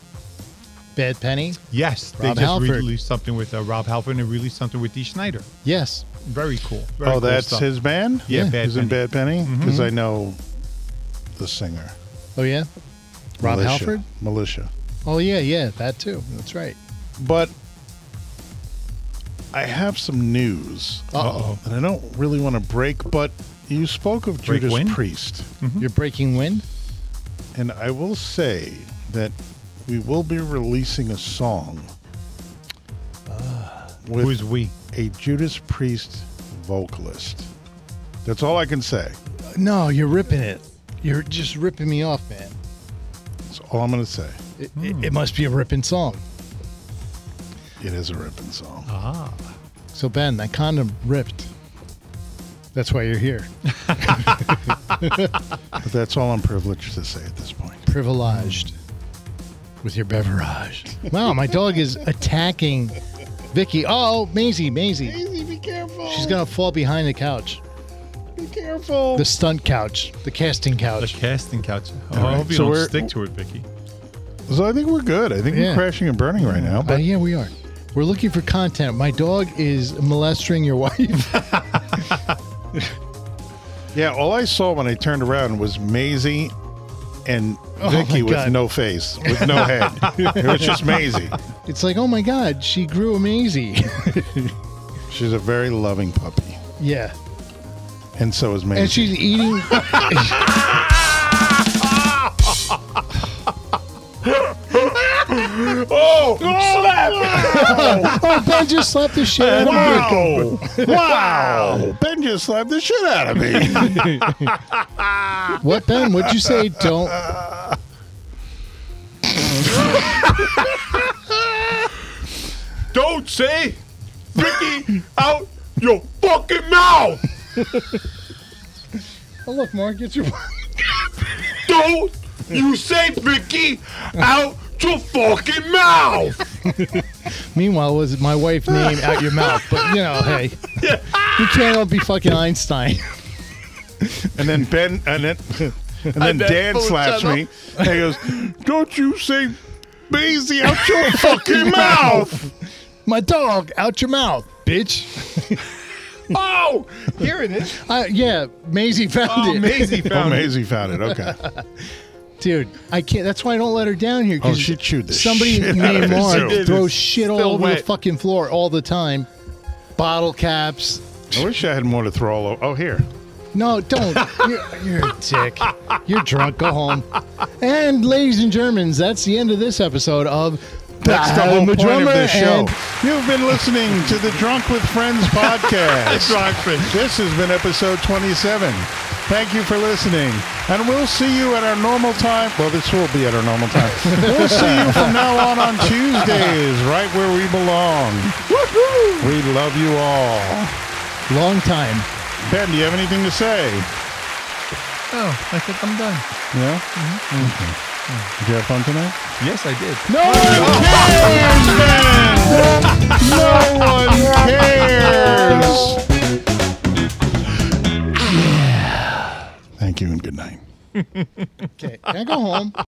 Speaker 2: Bad Penny.
Speaker 1: Yes, they
Speaker 2: Rob
Speaker 1: just
Speaker 2: Halford.
Speaker 1: released something with uh, Rob Halford and released something with Dee Schneider.
Speaker 2: Yes.
Speaker 1: Very cool. Very
Speaker 3: Oh,
Speaker 1: cool
Speaker 3: that's
Speaker 1: stuff.
Speaker 3: his band?
Speaker 1: Yeah,
Speaker 2: Yeah.
Speaker 1: Bad Mm-hmm.
Speaker 3: He's in
Speaker 1: Bunny.
Speaker 3: Bad Penny? Because I know the singer.
Speaker 2: Oh yeah. Rob
Speaker 3: Militia.
Speaker 2: Halford.
Speaker 3: Militia.
Speaker 2: Oh yeah, yeah, that too. That's right.
Speaker 3: But I have some news.
Speaker 1: Oh.
Speaker 2: Uh-oh.
Speaker 3: And I don't really want to break, but you spoke of
Speaker 1: Break
Speaker 3: Judas
Speaker 1: wind?
Speaker 3: Priest.
Speaker 2: You're breaking wind.
Speaker 3: And I will say that we will be releasing a song
Speaker 2: Ah.
Speaker 3: with
Speaker 1: Who's we?
Speaker 3: a Judas Priest vocalist. That's all I can say.
Speaker 2: Uh, No, you're ripping it. You're just ripping me off, man.
Speaker 3: That's all I'm going to say.
Speaker 2: It, it, it must be a ripping song.
Speaker 3: It is a ripping song.
Speaker 1: Ah.
Speaker 2: So Ben, that condom ripped. That's why you're here.
Speaker 3: But that's all I'm privileged to say at this point.
Speaker 2: Privileged with your beverage. Wow, my dog is attacking Vicky. Oh, Maisie, Maisie.
Speaker 3: Easy, be careful.
Speaker 2: She's gonna fall behind the couch.
Speaker 3: be careful.
Speaker 2: The stunt couch. The casting
Speaker 1: The
Speaker 2: couch.
Speaker 1: casting couch. Oh,
Speaker 3: All
Speaker 1: I
Speaker 3: right,
Speaker 1: hope you
Speaker 3: so
Speaker 1: don't
Speaker 3: we're-
Speaker 1: stick to it, Vicky.
Speaker 3: So I think we're good. I think
Speaker 2: Yeah.
Speaker 3: we're crashing and burning right now.
Speaker 2: Uh,
Speaker 3: But
Speaker 2: yeah, we are. We're looking for content. My dog is molesting your wife.
Speaker 3: yeah, all I saw when I turned around was Maisie and Vicky
Speaker 2: Oh my
Speaker 3: with
Speaker 2: God.
Speaker 3: no face, with no head. it was just Maisie.
Speaker 2: it's like, oh my God, she grew amazing.
Speaker 3: She's a very loving puppy,
Speaker 2: yeah.
Speaker 3: and so is Maisie.
Speaker 2: And she's eating.
Speaker 3: oh, slap!
Speaker 2: Oh, Ben just slapped the shit out of me.
Speaker 3: Wow! wow! Ben just slapped the shit out of me.
Speaker 2: What, Ben? What'd you say? Don't.
Speaker 1: Don't say Vicky out your fucking mouth.
Speaker 2: Oh, look, Mark, it's your.
Speaker 1: Don't you say Vicky out your fucking mouth.
Speaker 2: Meanwhile, was my wife's name out your mouth? But, you know, hey. You can't all be fucking Einstein.
Speaker 3: and then Ben, and then, and then Dan slaps me. And he goes, "Don't you say Maisie out your fucking mouth?"
Speaker 2: my dog, out your mouth, bitch.
Speaker 1: Oh, hearing it.
Speaker 2: I, yeah, Maisie found
Speaker 1: Oh,
Speaker 2: it.
Speaker 1: Maisie
Speaker 3: Oh,
Speaker 1: found it.
Speaker 3: Maisie found it. Okay.
Speaker 2: Dude, I can't. That's why I don't let her down here.
Speaker 3: Oh,
Speaker 2: 'cause
Speaker 3: she chewed the
Speaker 2: Somebody
Speaker 3: shit out of
Speaker 2: named
Speaker 3: it,
Speaker 2: Mark
Speaker 3: too.
Speaker 2: throws shit all
Speaker 1: Still
Speaker 2: over the
Speaker 1: wet.
Speaker 2: fucking floor all the time. Bottle caps.
Speaker 3: I wish I had more to throw all over. Oh, here.
Speaker 2: No, don't. You're, you're a dick. You're drunk. Go home. And, ladies and Germans, that's the end of this episode of
Speaker 3: That's the
Speaker 2: Adam
Speaker 3: whole
Speaker 2: the
Speaker 3: point of
Speaker 2: Drummer
Speaker 3: this show.
Speaker 2: and-
Speaker 3: You've been listening to the Drunk with Friends podcast. This has been episode 27. Thank you for listening. And we'll see you at our normal time. Well, this will be at our normal time. we'll see you from now on on Tuesdays, right where we belong. We love you all.
Speaker 2: Long time.
Speaker 3: Ben, do you have anything to say?
Speaker 1: Oh, I think I'm done.
Speaker 3: Yeah? Mm-hmm. Okay. Did you have fun tonight?
Speaker 1: Yes, I did.
Speaker 3: No one cares, man. No one cares. Thank you and good night.
Speaker 2: Okay, can I go home?